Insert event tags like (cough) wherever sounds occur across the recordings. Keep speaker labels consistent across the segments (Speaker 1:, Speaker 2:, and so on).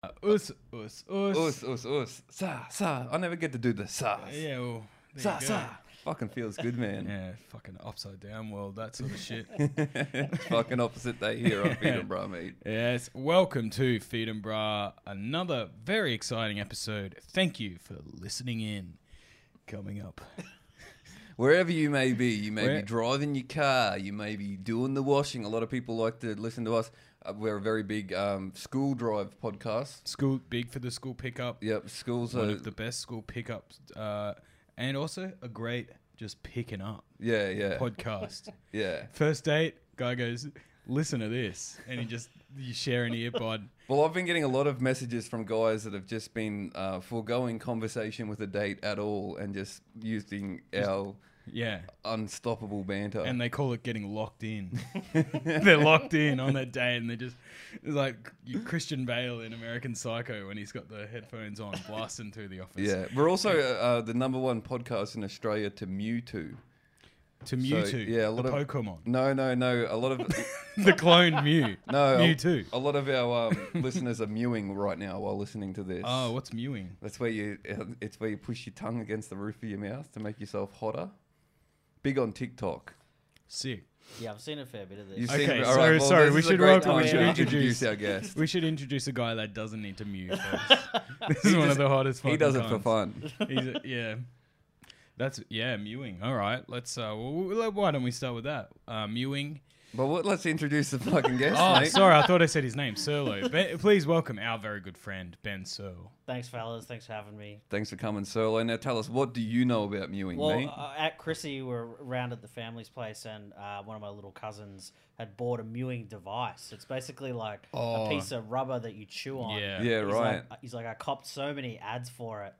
Speaker 1: Uh, us, us, us.
Speaker 2: Us, us, us. Sa, sa. I never get to do the sa.
Speaker 1: Yeah, well, there
Speaker 2: Sa,
Speaker 1: you go.
Speaker 2: sa. Fucking feels good, man.
Speaker 1: Yeah, fucking upside down world, that sort of shit. (laughs)
Speaker 2: (laughs) It's fucking opposite day here on Peterborough, mate.
Speaker 1: yes, welcome to Feed and Bra, another very exciting episode. Thank you for listening in. Coming up.
Speaker 2: Wherever you may be, you may
Speaker 1: Where-
Speaker 2: be driving your car, you may be doing the washing. A lot of people like to listen to us. Uh, we're a very big um, school drive podcast.
Speaker 1: School, big for the school pickup.
Speaker 2: Yep, schools
Speaker 1: One
Speaker 2: are.
Speaker 1: of the best school pickups. Uh, and also a great just picking up
Speaker 2: yeah, yeah, (laughs)
Speaker 1: podcast.
Speaker 2: yeah.
Speaker 1: First date, guy goes, listen to this. And he just, you share an earbud.
Speaker 2: Well, I've been getting a lot of messages from guys that have just been uh, foregoing conversation with a date at all and just using our
Speaker 1: Yeah.
Speaker 2: unstoppable banter.
Speaker 1: and they call it getting locked
Speaker 2: (laughs)
Speaker 1: in. (laughs) they're locked in on that day, and they're just it's like Christian Bale in American Psycho when he's got the headphones on, blasting through the office.
Speaker 2: yeah, we're also uh, uh, the number one podcast in Australia to Mewtwo.
Speaker 1: To Mewtwo,
Speaker 2: yeah, a lot
Speaker 1: the
Speaker 2: of-
Speaker 1: Pokemon, (laughs)
Speaker 2: No, no, no. A lot of
Speaker 1: the clone Mew,
Speaker 2: (laughs) no, a-
Speaker 1: Mewtwo.
Speaker 2: A lot of
Speaker 1: (laughs)
Speaker 2: our um, listeners are mewing right now while listening to this.
Speaker 1: Oh, what's mewing?
Speaker 2: that's where you. uh, It's where you push your tongue against the roof of your mouth to make yourself hotter. Big on TikTok.
Speaker 1: Sick.
Speaker 3: Yeah, I've seen a fair bit of this.
Speaker 2: You've
Speaker 1: Okay,
Speaker 2: seen-
Speaker 1: so- sorry,
Speaker 2: this
Speaker 1: we
Speaker 2: is a
Speaker 1: should
Speaker 2: great
Speaker 3: welcome- we
Speaker 2: time
Speaker 3: should
Speaker 2: to
Speaker 1: introduce-
Speaker 2: our guest.
Speaker 1: We should introduce a guy that doesn't need to mew.
Speaker 2: (laughs)
Speaker 1: First. this is one of
Speaker 2: just-
Speaker 1: the hottest.
Speaker 2: He
Speaker 1: fucking
Speaker 2: does it for
Speaker 1: cons.
Speaker 2: fun.
Speaker 1: He's a, yeah. That's yeah, mewing. All right, let's. Uh, well, why don't we start with that? Uh, mewing.
Speaker 2: But what, let's introduce the fucking guest,
Speaker 1: Oh,
Speaker 2: mate.
Speaker 1: sorry, I thought I said his name, Serlo. Be- please welcome our very good friend Ben Serlo.
Speaker 3: Thanks, fellas. Thanks for having me.
Speaker 2: Thanks for coming, Solo. Now tell us, what do you know about mewing,
Speaker 3: Well,
Speaker 2: mate?
Speaker 3: uh, at Chrissy, we're around at the family's place, and uh, one of my little cousins had bought a mewing device. It's basically like
Speaker 1: Oh.
Speaker 3: a piece of rubber that you chew on.
Speaker 1: Yeah.
Speaker 2: yeah,
Speaker 3: He's
Speaker 2: right.
Speaker 3: Like, uh, he's like, I copped so many ads for it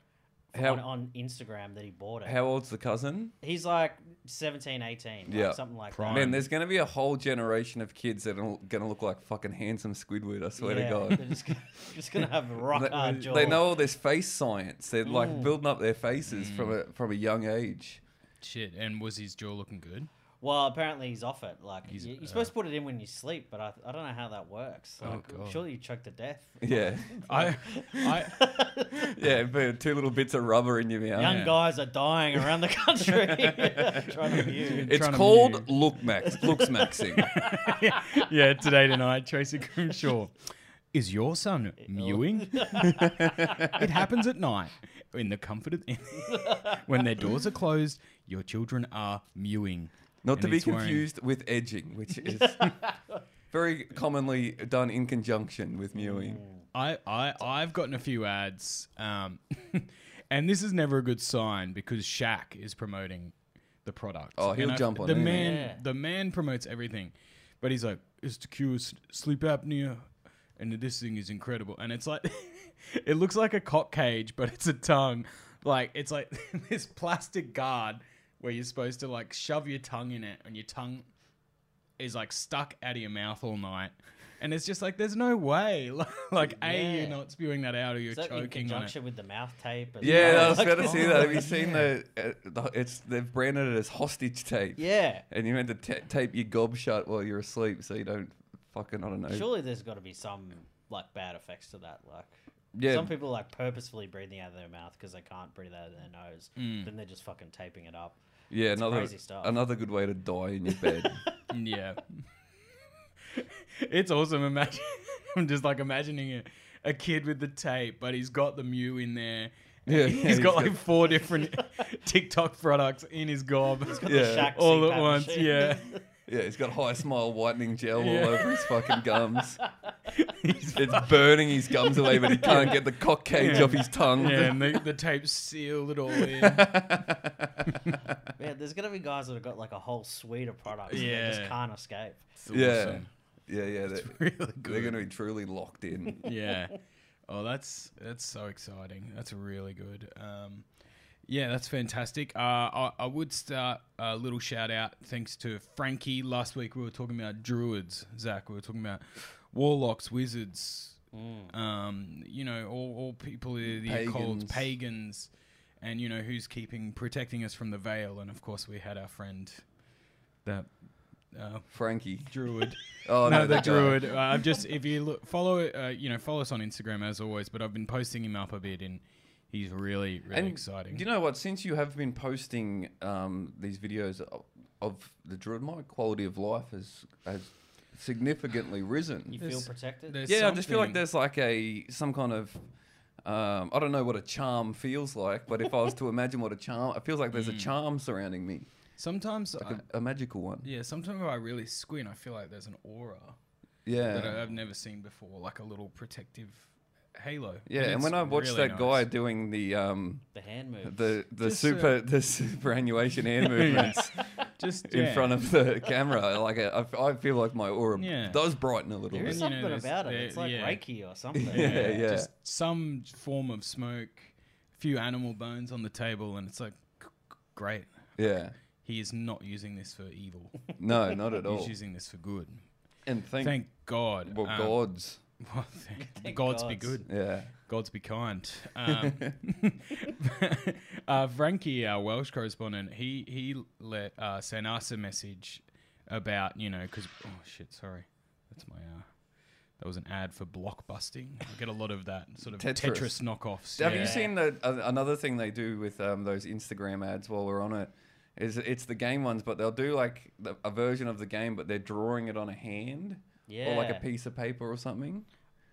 Speaker 2: How-
Speaker 3: on, on Instagram that he bought it.
Speaker 2: How old's the cousin?
Speaker 3: he's like 17, 18, like
Speaker 2: Yeah.
Speaker 3: something like
Speaker 1: Prime.
Speaker 3: that.
Speaker 2: Man, there's going to be a whole generation of kids that are going to look like fucking handsome Squidward, I (laughs) swear
Speaker 3: Yeah,
Speaker 2: to
Speaker 3: (laughs)
Speaker 2: God.
Speaker 3: They're just, gonna- just going to have rock hard
Speaker 2: they,
Speaker 3: jaws.
Speaker 2: they know all this face science. They're
Speaker 3: Mm.
Speaker 2: like building up their faces from a from a young age. (laughs)
Speaker 1: Shit, and was his jaw looking good?
Speaker 3: Well, apparently he's off it. Like you,
Speaker 2: uh,
Speaker 3: you're supposed to put it in when you sleep, but I, I don't know how that works.
Speaker 2: Oh,
Speaker 3: Like,
Speaker 1: God.
Speaker 3: surely you choke to death.
Speaker 2: Yeah,
Speaker 1: I, I, (laughs)
Speaker 3: (laughs)
Speaker 2: yeah. But two little bits of rubber in your mouth.
Speaker 3: Young
Speaker 1: Yeah.
Speaker 3: guys are dying around
Speaker 1: (laughs)
Speaker 3: the country (laughs) trying to view.
Speaker 2: It's
Speaker 1: trying to
Speaker 2: called look
Speaker 3: (laughs)
Speaker 2: max, looks maxing.
Speaker 1: yeah, today tonight, Tracy Grimshaw. Is your son
Speaker 2: (laughs)
Speaker 1: mewing? it happens at night, in the comfort of (laughs) when their doors are closed. Your children are mewing.
Speaker 2: Not
Speaker 1: And
Speaker 2: to be
Speaker 1: he's wearing-
Speaker 2: confused with edging, which
Speaker 3: (laughs)
Speaker 2: is very commonly done in conjunction with mewing.
Speaker 3: Mm.
Speaker 1: I, I, I've gotten a few ads, um, (laughs) and this is never a good sign because Shaq is promoting the product.
Speaker 2: Oh, he'll
Speaker 1: And
Speaker 2: jump on
Speaker 1: the
Speaker 2: anything.
Speaker 1: man.
Speaker 3: Yeah.
Speaker 1: The man promotes everything, but he's like, "It's to cure s- sleep apnea," and this thing is incredible. And it's like, (laughs) it looks like a cock cage, but it's a tongue. Like it's like (laughs) this plastic guard where you're supposed to like shove your tongue in it, and your tongue is like stuck out of your mouth all night. And it's just like there's no way, (laughs) like, like a you're
Speaker 3: Yeah.
Speaker 1: not spewing that out, or you're
Speaker 3: Is that in
Speaker 1: choking on it. (laughs)
Speaker 3: conjunction with the mouth tape? as
Speaker 2: Yeah,
Speaker 3: well?
Speaker 2: I was
Speaker 3: Like-
Speaker 2: about to see that. Have you seen the, uh, the? It's they've branded it as hostage tape.
Speaker 3: (laughs) Yeah.
Speaker 2: And you meant to ta tape your gob shut while you're asleep, so you don't fucking I don't know.
Speaker 3: Surely there's got to be some like bad effects to that. Like
Speaker 2: Yeah.
Speaker 3: some people like purposefully breathing out of their mouth because they can't breathe out of their nose.
Speaker 1: Mm.
Speaker 3: Then they're just fucking taping it up.
Speaker 2: yeah, another
Speaker 3: crazy stuff.
Speaker 2: another good way to die in
Speaker 1: (laughs)
Speaker 2: your bed.
Speaker 1: Yeah. it's awesome. Imagine (laughs) I'm just like imagining a, a kid with the tape, but he's got the Mew in there.
Speaker 2: Yeah, yeah,
Speaker 1: he's got like four different (laughs) TikTok products in his gob.
Speaker 2: yeah,
Speaker 3: Shaq
Speaker 1: All at
Speaker 3: CPAP
Speaker 1: once,
Speaker 3: machine.
Speaker 1: yeah.
Speaker 2: yeah, he's got high smile whitening gel
Speaker 1: Yeah.
Speaker 2: all over his fucking
Speaker 1: (laughs)
Speaker 2: gums. it's burning his gums away, but he can't get the cock cage
Speaker 1: Yeah.
Speaker 2: off his tongue. (laughs)
Speaker 1: Yeah, and the, the tape sealed it all in.
Speaker 3: (laughs) Man, there's gonna be guys that have got like a whole suite of products yeah. that
Speaker 1: Yeah.
Speaker 3: just can't escape.
Speaker 1: It's
Speaker 2: yeah,
Speaker 1: awesome. (laughs)
Speaker 2: yeah, yeah. They're,
Speaker 1: Really
Speaker 2: they're
Speaker 1: good.
Speaker 2: going to be truly
Speaker 1: (laughs)
Speaker 2: locked in.
Speaker 1: yeah. Oh, that's that's so exciting. That's really good. Um, yeah, that's fantastic. Uh, I, I would start a little shout out thanks to Frankie. Last week we were talking about druids, Zach. We were talking about warlocks, wizards. Um, you know, all, all people in the occult,
Speaker 2: Pagans.
Speaker 1: pagans, and you know who's keeping protecting us from the veil. And of course, we had our friend that uh,
Speaker 2: Frankie.
Speaker 1: druid.
Speaker 2: Oh
Speaker 1: no,
Speaker 2: no,
Speaker 1: the
Speaker 2: that guy.
Speaker 1: druid. Uh, I've just if you look, follow it, uh, you know, follow us on Instagram as always. But I've been posting him up a bit, and he's really really
Speaker 2: And
Speaker 1: exciting.
Speaker 2: Do you know what? Since you have been posting um, these videos o- of the druid, my quality of life has has significantly
Speaker 3: You
Speaker 2: risen.
Speaker 3: feel
Speaker 1: There's-
Speaker 3: protected?
Speaker 1: There's
Speaker 2: Yeah, I just feel like
Speaker 1: something-
Speaker 2: there's like a some kind of um, I don't know what a charm feels like, but if I was to imagine what a charm, it feels like there's a charm surrounding me,
Speaker 1: Sometimes, Hmm. I,
Speaker 2: like a, a magical one.
Speaker 1: yeah, sometimes if I really squint, I feel like there's an aura that uh, I,
Speaker 2: Yeah,
Speaker 1: I've never seen before, like a little protective halo.
Speaker 2: yeah. And
Speaker 1: it's
Speaker 2: when I watched
Speaker 1: really
Speaker 2: that
Speaker 1: nice.
Speaker 2: guy doing the um,
Speaker 3: The hand moves.
Speaker 2: the the
Speaker 1: Just, uh,
Speaker 2: super (laughs) the
Speaker 1: (laughs)
Speaker 2: superannuation hand movements.
Speaker 1: just
Speaker 2: in
Speaker 1: yeah.
Speaker 2: front of the camera. Like I, I feel like my aura
Speaker 1: Yeah.
Speaker 2: does brighten a little
Speaker 1: There
Speaker 3: there
Speaker 2: bit.
Speaker 3: is
Speaker 1: and you know,
Speaker 3: something
Speaker 1: there's-
Speaker 3: about it.
Speaker 1: there-
Speaker 3: It's like
Speaker 1: yeah. (laughs)
Speaker 3: Reiki or something.
Speaker 2: (laughs) Yeah, yeah.
Speaker 1: Just some form of smoke, a few animal bones on the table, and it's like, g- g- great.
Speaker 2: Yeah.
Speaker 1: He is not using this for evil. (laughs)
Speaker 2: No, not at all.
Speaker 1: He's using this for good.
Speaker 2: And thank,
Speaker 1: Thank God.
Speaker 2: well,
Speaker 1: Um,
Speaker 2: gods.
Speaker 1: (laughs) well, thank,
Speaker 3: Thank
Speaker 1: gods, be
Speaker 3: gods.
Speaker 1: good.
Speaker 2: Yeah.
Speaker 1: Gods be kind. Um, (laughs) uh, Frankie, our Welsh correspondent, he he let uh, sent us a message about you know because oh shit, sorry, that's my uh, that was an ad for blockbusting. I get a lot of that sort of
Speaker 2: Tetris.
Speaker 1: Tetris, knockoffs.
Speaker 2: Have
Speaker 1: yeah.
Speaker 2: you seen the uh, another thing they do with um, those Instagram ads while we're on it? Is it's the game ones, but they'll do like the, a version of the game, but they're drawing it on a hand or like
Speaker 3: Yeah.
Speaker 2: a piece of paper or something.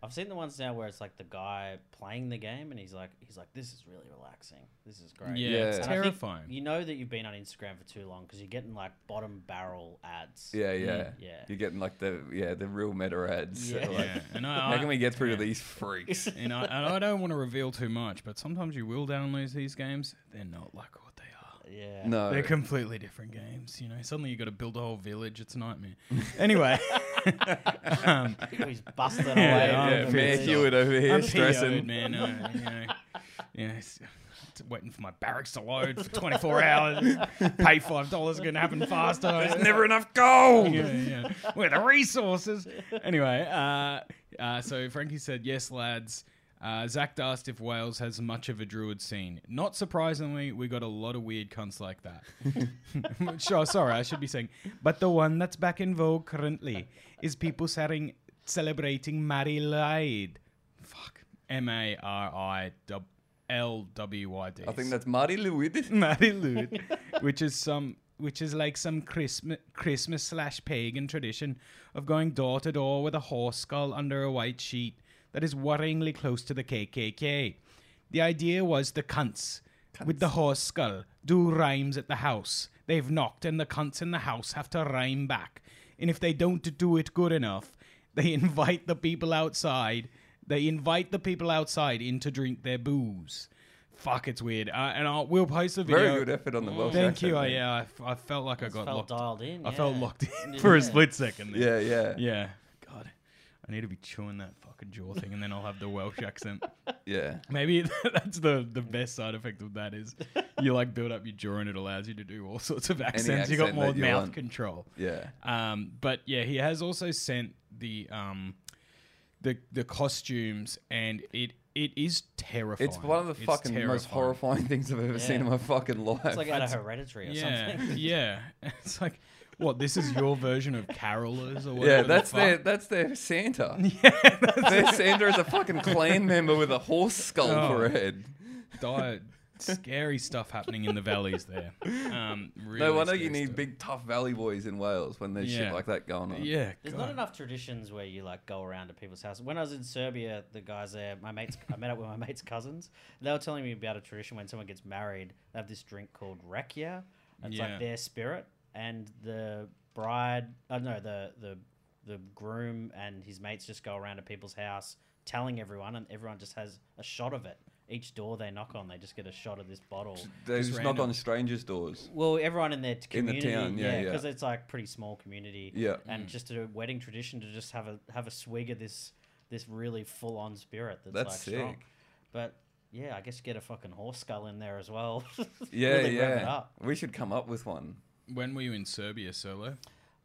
Speaker 3: I've seen the ones now where it's like the guy playing the game and he's like, he's like, this is really relaxing. This is great.
Speaker 1: Yeah,
Speaker 2: Yeah.
Speaker 1: it's
Speaker 2: And I
Speaker 3: And I think
Speaker 1: terrifying.
Speaker 3: You know that you've been on Instagram for too long because you're getting like bottom barrel ads.
Speaker 2: Yeah, yeah.
Speaker 3: yeah.
Speaker 2: You're getting like the yeah the real meta ads.
Speaker 3: Yeah.
Speaker 2: (laughs) Like,
Speaker 1: yeah, and I,
Speaker 2: How
Speaker 1: I-
Speaker 2: can we get through to
Speaker 1: yeah.
Speaker 2: these
Speaker 3: (laughs)
Speaker 2: freaks?
Speaker 1: And I, and I don't want to reveal too much, but sometimes you will download these games. They're not like what they are.
Speaker 3: Yeah.
Speaker 2: No.
Speaker 1: They're
Speaker 2: (laughs)
Speaker 1: completely different games. You know, suddenly you got to build a whole village. It's a nightmare. (laughs) Anyway,
Speaker 2: (laughs)
Speaker 1: um,
Speaker 3: He's busted away.
Speaker 1: Yeah,
Speaker 3: on
Speaker 1: yeah, Mayor
Speaker 2: Mayor
Speaker 3: the message.
Speaker 1: Hewitt
Speaker 2: Hewitt over here
Speaker 1: I'm PO'd,
Speaker 2: stressing.
Speaker 1: man. Uh, you know, you know, it's, it's waiting for my barracks to load for 24 hours. Pay five dollars, gonna happen faster. (laughs)
Speaker 2: There's never enough gold.
Speaker 1: yeah, yeah. (laughs) We're the resources. Anyway, uh, uh, so Frankie said, yes, lads. Uh, Zach asked if Wales has much of a druid scene. Not surprisingly, we got a lot of weird cunts like that. (laughs) sure, sorry, I should be saying. But the one that's back in vogue currently is people selling, celebrating Mary Lloyd. Fuck. M A R I L W Y D.
Speaker 2: I think that's
Speaker 1: (laughs)
Speaker 2: Marty Lewis.
Speaker 1: Marilude, which is some which is like some Christmas Christmas slash pagan tradition of going door to door with a horse skull under a white sheet that is worryingly close to the KKK. The idea was the cunts, with the horse skull do rhymes at the house. They've knocked and the cunts in the house have to rhyme back. And if they don't do it good enough, they (laughs) invite the people outside. They invite the people outside in to drink their booze. Fuck, it's weird. Uh, and I'll, we'll post the video.
Speaker 2: Very good effort on the Welsh.
Speaker 1: Thank you. I,
Speaker 2: accent,
Speaker 1: yeah, I, f- I felt like I got
Speaker 3: felt
Speaker 1: locked.
Speaker 3: dialed in.
Speaker 1: I felt
Speaker 3: yeah.
Speaker 1: locked in
Speaker 3: (laughs)
Speaker 1: for a
Speaker 3: Yeah.
Speaker 1: split second. There.
Speaker 2: mate. Yeah, yeah,
Speaker 1: Yeah. God, I need to be chewing that fucking jaw thing, and then I'll have the Welsh accent.
Speaker 2: yeah.
Speaker 1: Maybe (laughs) that's the the best side effect of that is you like build up your jaw and it allows you to do all (laughs) sorts of accents. you got
Speaker 2: accent
Speaker 1: more
Speaker 2: that you
Speaker 1: mouth
Speaker 2: want.
Speaker 1: control.
Speaker 2: Yeah.
Speaker 1: Um, but yeah, he has also sent the um, the the costumes, and it it is terrifying.
Speaker 2: It's one of the fucking most
Speaker 1: terrifying.
Speaker 2: horrifying (laughs) things I've ever seen in my fucking life.
Speaker 3: It's like out of hereditary or
Speaker 1: Yeah,
Speaker 3: something. (laughs)
Speaker 1: yeah. (laughs) It's like, what? This is your version of carolers or whatever.
Speaker 2: yeah,
Speaker 1: the
Speaker 2: that's their
Speaker 1: fuck?
Speaker 2: that's their
Speaker 3: (laughs)
Speaker 2: Santa.
Speaker 1: (laughs)
Speaker 2: (laughs) their Santa is a fucking clan member with a horse skull
Speaker 1: Oh.
Speaker 2: for a head.
Speaker 1: Dire- scary stuff happening in the valleys there. Um, really
Speaker 2: No wonder you
Speaker 1: scary
Speaker 2: need
Speaker 1: stuff.
Speaker 2: big tough valley boys in Wales when there's
Speaker 1: Yeah.
Speaker 2: shit like that going on.
Speaker 1: Yeah,
Speaker 3: There's
Speaker 1: God.
Speaker 3: not enough traditions where you like go around to people's houses. When I was in Serbia, the guys there, my mates, I met up with my (laughs) mates' cousins. They were telling me about a tradition when someone gets married, they have this drink called rakia. It's
Speaker 1: Yeah.
Speaker 3: like their spirit, and the bride, oh no, the the the groom and his mates just go around to people's house telling everyone, and everyone just has a shot of it. Each door they knock on, they just get a shot of this bottle.
Speaker 2: They
Speaker 1: Just
Speaker 2: just, knock
Speaker 1: random.
Speaker 2: on strangers' doors.
Speaker 3: Well, everyone in their
Speaker 2: In the
Speaker 3: community,
Speaker 2: town, yeah,
Speaker 3: yeah,
Speaker 2: yeah.
Speaker 3: because it's like pretty small community,
Speaker 2: Yeah.
Speaker 3: and just a wedding tradition to just have a have a swig of this this really full on spirit that's,
Speaker 2: That's
Speaker 3: like strong.
Speaker 2: sick.
Speaker 3: But yeah, I guess get a fucking horse skull in there as well. (laughs)
Speaker 2: Yeah,
Speaker 3: Really rev it
Speaker 2: yeah.
Speaker 3: up.
Speaker 2: We should come up with one.
Speaker 1: When were you in Serbia, Solo?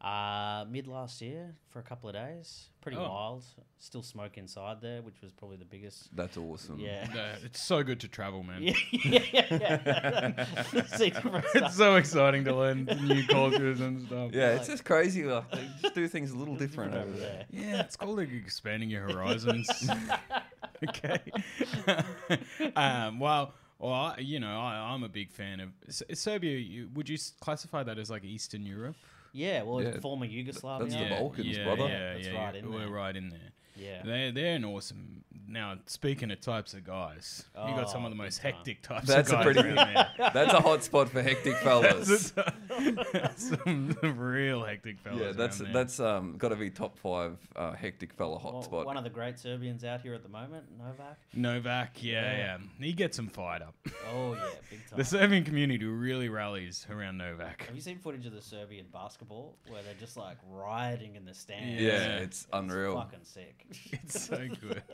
Speaker 3: uh, mid last year for a couple of days. Pretty
Speaker 1: Oh.
Speaker 3: wild. Still smoke inside there, which was probably the biggest.
Speaker 2: That's awesome.
Speaker 3: Yeah.
Speaker 1: No, it's so good to travel, man.
Speaker 3: (laughs) Yeah, yeah, yeah. (laughs) See,
Speaker 1: (laughs)
Speaker 3: different
Speaker 1: It's
Speaker 3: stuff.
Speaker 1: so exciting to learn new cultures and stuff.
Speaker 2: Yeah,
Speaker 3: Like-
Speaker 2: it's just crazy. Like they just do things a little different
Speaker 3: Different
Speaker 2: over
Speaker 3: over
Speaker 2: there.
Speaker 1: Yeah, it's called like expanding your
Speaker 3: (laughs)
Speaker 1: horizons. okay. (laughs) um, well, well, I- you know, I, I'm a big fan of S- Serbia. You, would you s- classify that as like Eastern Europe?
Speaker 3: Yeah, well,
Speaker 2: Yeah,
Speaker 3: former Yugoslavia.
Speaker 2: that's the
Speaker 1: yeah,
Speaker 2: Balkans,
Speaker 1: yeah,
Speaker 2: brother.
Speaker 1: Yeah,
Speaker 3: That's
Speaker 1: yeah,
Speaker 3: right
Speaker 1: yeah,
Speaker 3: in
Speaker 1: we're
Speaker 3: there.
Speaker 1: right in there.
Speaker 3: Yeah.
Speaker 1: They're they're an awesome. Now speaking of types of guys, you got some
Speaker 3: Oh,
Speaker 1: of the
Speaker 3: big
Speaker 1: most
Speaker 3: time.
Speaker 1: hectic types.
Speaker 2: That's
Speaker 1: of
Speaker 2: a
Speaker 1: guys
Speaker 2: pretty-
Speaker 1: around there.
Speaker 2: (laughs) That's a hot spot for
Speaker 3: (laughs)
Speaker 2: hectic (laughs) fellas.
Speaker 1: That's a- some (laughs) real hectic fellas.
Speaker 2: yeah, that's
Speaker 1: around there.
Speaker 2: that's um got to be top five uh, hectic fella hot
Speaker 3: Well,
Speaker 2: spot.
Speaker 3: One of the great Serbians out here at the moment, Novak.
Speaker 1: Novak. Yeah, yeah,
Speaker 3: Yeah.
Speaker 1: he gets some fired up.
Speaker 3: Oh yeah, big time.
Speaker 1: The Serbian community really rallies around Novak.
Speaker 3: Have you seen footage of the Serbian basketball where they're just like rioting in the stands?
Speaker 2: yeah,
Speaker 1: Yeah.
Speaker 2: it's unreal.
Speaker 3: fucking sick.
Speaker 1: (laughs) It's so good. (laughs)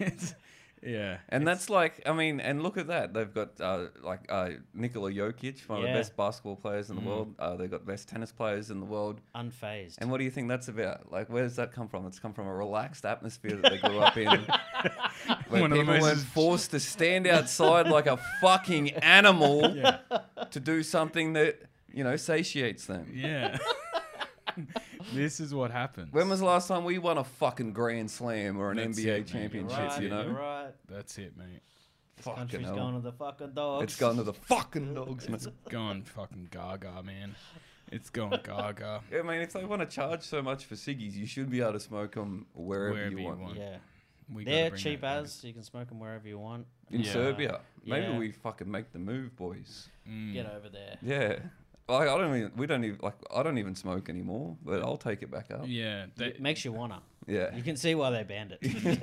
Speaker 1: It's, yeah.
Speaker 2: And that's like, I mean, and look at that. They've got uh, like uh, Nikola Jokic, one of
Speaker 3: Yeah.
Speaker 2: the best basketball players in
Speaker 1: Mm.
Speaker 2: the world. Uh, they've got best tennis players in the world.
Speaker 3: (laughs) Unfazed.
Speaker 2: And what do you think that's about? Like, where does that come from? It's come from a relaxed atmosphere that they grew up
Speaker 3: (laughs)
Speaker 2: in, where
Speaker 1: One of the
Speaker 2: people
Speaker 1: most-
Speaker 2: weren't forced to stand outside like a fucking
Speaker 1: (laughs)
Speaker 2: animal
Speaker 1: Yeah.
Speaker 2: to do something that you know satiates them.
Speaker 1: Yeah. (laughs) this is what happens.
Speaker 2: When was the last time we won a fucking Grand Slam or an
Speaker 1: That's
Speaker 2: NBA
Speaker 1: it, man. You're
Speaker 3: You're
Speaker 2: championship?
Speaker 3: right,
Speaker 2: you know,
Speaker 3: you're right.
Speaker 1: That's it, mate.
Speaker 2: fucking
Speaker 3: Country's
Speaker 2: hell.
Speaker 3: going to the fucking dogs.
Speaker 2: It's gone to the fucking dogs, man.
Speaker 1: It's gone fucking gaga, man. It's
Speaker 3: (laughs)
Speaker 1: gone gaga.
Speaker 2: I mean, if they want to charge so much for ciggies, you should be able to smoke them wherever, you, want.
Speaker 3: Yeah,
Speaker 1: We gotta
Speaker 3: they're
Speaker 1: bring
Speaker 3: cheap
Speaker 1: that back.
Speaker 3: as. You can smoke them wherever you want.
Speaker 2: In
Speaker 1: Yeah.
Speaker 2: Serbia, maybe
Speaker 3: yeah.
Speaker 2: we fucking make the move, boys.
Speaker 1: Mm.
Speaker 3: Get over there.
Speaker 2: Yeah, like I don't even we don't even like I don't even smoke anymore, but I'll take it back up.
Speaker 1: Yeah. They,
Speaker 3: It makes you wanna.
Speaker 2: Yeah,
Speaker 3: You can see why they banned it.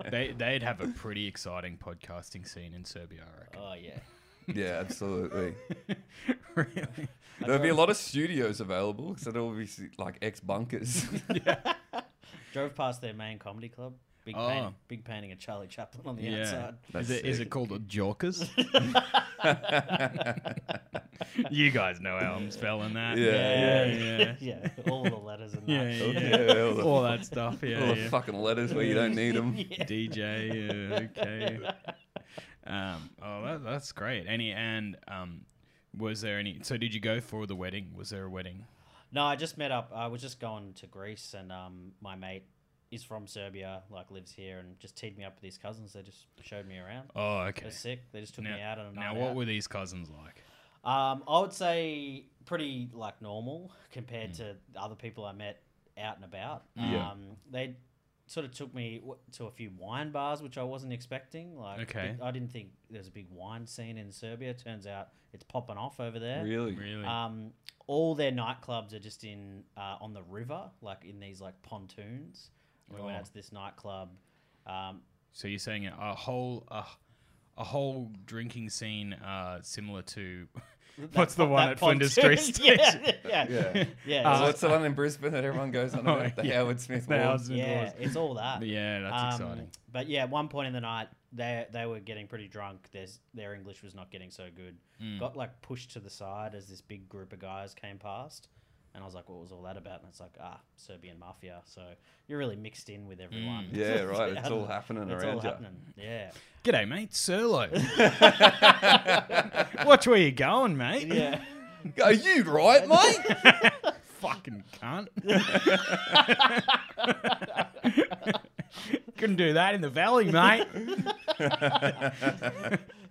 Speaker 1: (laughs)
Speaker 3: (laughs)
Speaker 1: they, they'd have a pretty exciting podcasting scene in Serbia, I reckon. (laughs)
Speaker 3: oh yeah.
Speaker 2: (laughs) yeah, absolutely.
Speaker 1: really?
Speaker 2: There'll be a lot of studios available because it'll be s- like ex (laughs) bunkers.
Speaker 3: Drove past their main comedy club. Big,
Speaker 1: Oh.
Speaker 3: painting, big painting of Charlie Chaplin (laughs) on the
Speaker 1: Yeah.
Speaker 3: outside.
Speaker 1: Is
Speaker 2: That's
Speaker 1: it, is
Speaker 2: sick.
Speaker 1: it called a Jorkers?
Speaker 3: (laughs)
Speaker 1: you guys know how I'm spelling that.
Speaker 2: (laughs) Yeah,
Speaker 1: yeah,
Speaker 3: (laughs) yeah. All the letters and that.
Speaker 1: Yeah,
Speaker 3: Yeah,
Speaker 1: yeah,
Speaker 2: Yeah, all
Speaker 1: (laughs)
Speaker 2: the-
Speaker 1: all that stuff. Yeah,
Speaker 2: All the
Speaker 1: yeah.
Speaker 2: fucking letters where you don't need (laughs)
Speaker 3: (laughs)
Speaker 2: them.
Speaker 1: DJ. Yeah, (laughs) okay. Um, oh, that, that's great. Any and um, was there any? So did you go for the wedding? Was there a wedding?
Speaker 3: No, I just met up. I was just going to Greece, and um, my mate is from Serbia, like lives here, and just teed me up with his cousins. They just showed me around.
Speaker 1: Oh,
Speaker 3: They're
Speaker 1: okay.
Speaker 3: sick. They just took
Speaker 1: Now,
Speaker 3: me out on a
Speaker 1: now
Speaker 3: night
Speaker 1: what
Speaker 3: out.
Speaker 1: were these cousins like?
Speaker 3: Um, I would say pretty like normal compared
Speaker 1: Mm.
Speaker 3: to the other people I met out and about.
Speaker 2: Yeah.
Speaker 3: Um, they sort of took me w- to a few wine bars, which I wasn't expecting. Like,
Speaker 1: Okay.
Speaker 3: big- I didn't think there's a big wine scene in Serbia. Turns out it's popping off over there.
Speaker 2: Really?
Speaker 1: Really?
Speaker 3: Um, all their nightclubs are just in uh, on the river, like in these like pontoons. We went
Speaker 1: Oh.
Speaker 3: out to this nightclub. Um,
Speaker 1: so you're saying a whole a, a whole drinking scene uh, similar to (laughs) what's the
Speaker 3: pon-
Speaker 1: one
Speaker 3: that
Speaker 1: at Flinders
Speaker 3: pontoon-
Speaker 1: Street?
Speaker 3: (laughs)
Speaker 1: Station? (laughs)
Speaker 3: yeah, yeah, yeah.
Speaker 2: Yeah.
Speaker 1: Uh,
Speaker 2: So what's the one in Brisbane that everyone goes
Speaker 1: (laughs)
Speaker 2: on
Speaker 1: Oh,
Speaker 2: about? The
Speaker 1: yeah.
Speaker 2: Howard Smith
Speaker 1: The
Speaker 2: Wall.
Speaker 1: Howard Smith
Speaker 3: Yeah,
Speaker 1: Walls.
Speaker 3: it's all that.
Speaker 1: Yeah, that's
Speaker 3: Um,
Speaker 1: exciting.
Speaker 3: But yeah, at one point in the night, they they were getting pretty drunk. There's their English was not getting so good.
Speaker 2: Hmm.
Speaker 3: Got like pushed to the side as this big group of guys came past, and I was like, "What was all that about?" And it's like, "Ah, Serbian mafia." So you're really mixed in with everyone.
Speaker 2: Hmm.
Speaker 3: (laughs)
Speaker 2: Yeah, right. It's
Speaker 3: Out
Speaker 2: all
Speaker 3: of-
Speaker 2: happening
Speaker 3: It's all
Speaker 2: around you.
Speaker 3: happening. Yeah,
Speaker 1: G'day, mate. Serlo. Watch where you're going, mate.
Speaker 3: yeah. (laughs)
Speaker 2: Are you right, mate?
Speaker 1: (laughs) Fucking cunt. Couldn't do that in the valley, mate.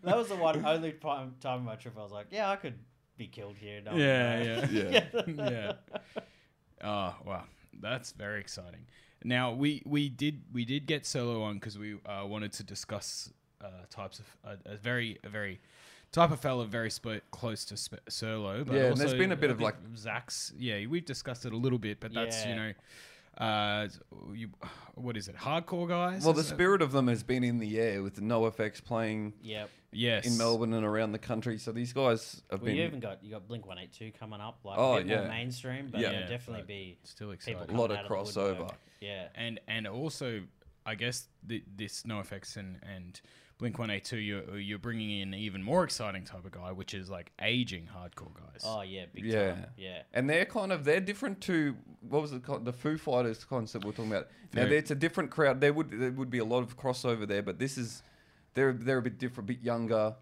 Speaker 3: That was the one only time time of my trip I was like, "Yeah, I could be killed here." No one
Speaker 1: Yeah,
Speaker 3: knows." (laughs)
Speaker 1: yeah.
Speaker 2: (laughs) yeah. (laughs)
Speaker 1: yeah. Oh wow, that's very exciting. Now we we did we did get solo on because we uh, wanted to discuss uh, types of a, a very a very type of fella very sp- close to sp- solo. But
Speaker 2: Yeah, and
Speaker 1: also,
Speaker 2: there's been a bit
Speaker 1: I
Speaker 2: of,
Speaker 1: think
Speaker 2: like-
Speaker 1: Zach's. Yeah, we've discussed it a little bit, but that's you
Speaker 3: Yeah.
Speaker 1: know. Uh, you, what is it? Hardcore guys?
Speaker 2: Well, the
Speaker 1: Is it-
Speaker 2: spirit of them has been in the air with no effects playing
Speaker 3: Yep.
Speaker 1: yes,
Speaker 2: in Melbourne and around the country. So these guys have
Speaker 3: Well, you
Speaker 2: been
Speaker 3: even got you got Blink One Eight Two coming up, like
Speaker 2: Oh,
Speaker 3: a bit
Speaker 2: yeah.
Speaker 3: more mainstream, but
Speaker 2: Yeah.
Speaker 3: yeah,
Speaker 1: Yeah,
Speaker 3: definitely
Speaker 1: but
Speaker 3: be
Speaker 1: still
Speaker 3: people
Speaker 1: exciting.
Speaker 2: Lot
Speaker 3: coming
Speaker 2: of
Speaker 3: out the woodwork.
Speaker 2: crossover.
Speaker 3: Yeah,
Speaker 1: and and also I guess th- this NoFX and and Blink One Eight Two, you're you're bringing in an even more exciting type of guy, which is like aging hardcore guys.
Speaker 3: Oh yeah, big
Speaker 2: Yeah.
Speaker 3: time. Yeah.
Speaker 2: And they're kind of they're different to what was it called the Foo Fighters concert we're talking about. Now
Speaker 1: Very-
Speaker 2: it's a different crowd. There would there would be a lot of crossover there, but this is they're they're a bit different, a bit younger,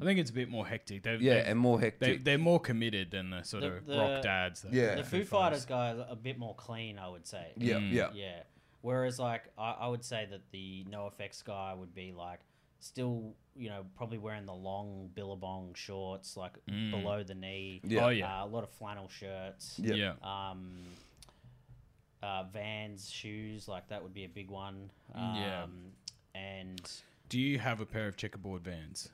Speaker 1: I think it's a bit more hectic. They've,
Speaker 2: yeah,
Speaker 1: they've-
Speaker 2: and more
Speaker 1: they,
Speaker 2: hectic.
Speaker 1: they're more committed than the sort
Speaker 3: The-
Speaker 1: of
Speaker 3: the-
Speaker 1: rock dads. That
Speaker 2: Yeah.
Speaker 3: The Foo Fighters guys are a bit more clean, I would say.
Speaker 2: yeah,
Speaker 1: Mm.
Speaker 2: yeah,
Speaker 3: Yeah. Whereas, like, I, I would say that the no effects guy would be like still, you know, probably wearing the long billabong shorts, like
Speaker 1: Mm.
Speaker 3: below the knee.
Speaker 2: Yeah.
Speaker 1: Oh, yeah.
Speaker 3: Uh, a lot of flannel shirts.
Speaker 2: Yeah.
Speaker 1: Yeah.
Speaker 3: Um, uh, Vans shoes, like that would be a big one. Um,
Speaker 1: Yeah.
Speaker 3: And
Speaker 1: Do you have a pair of checkerboard vans?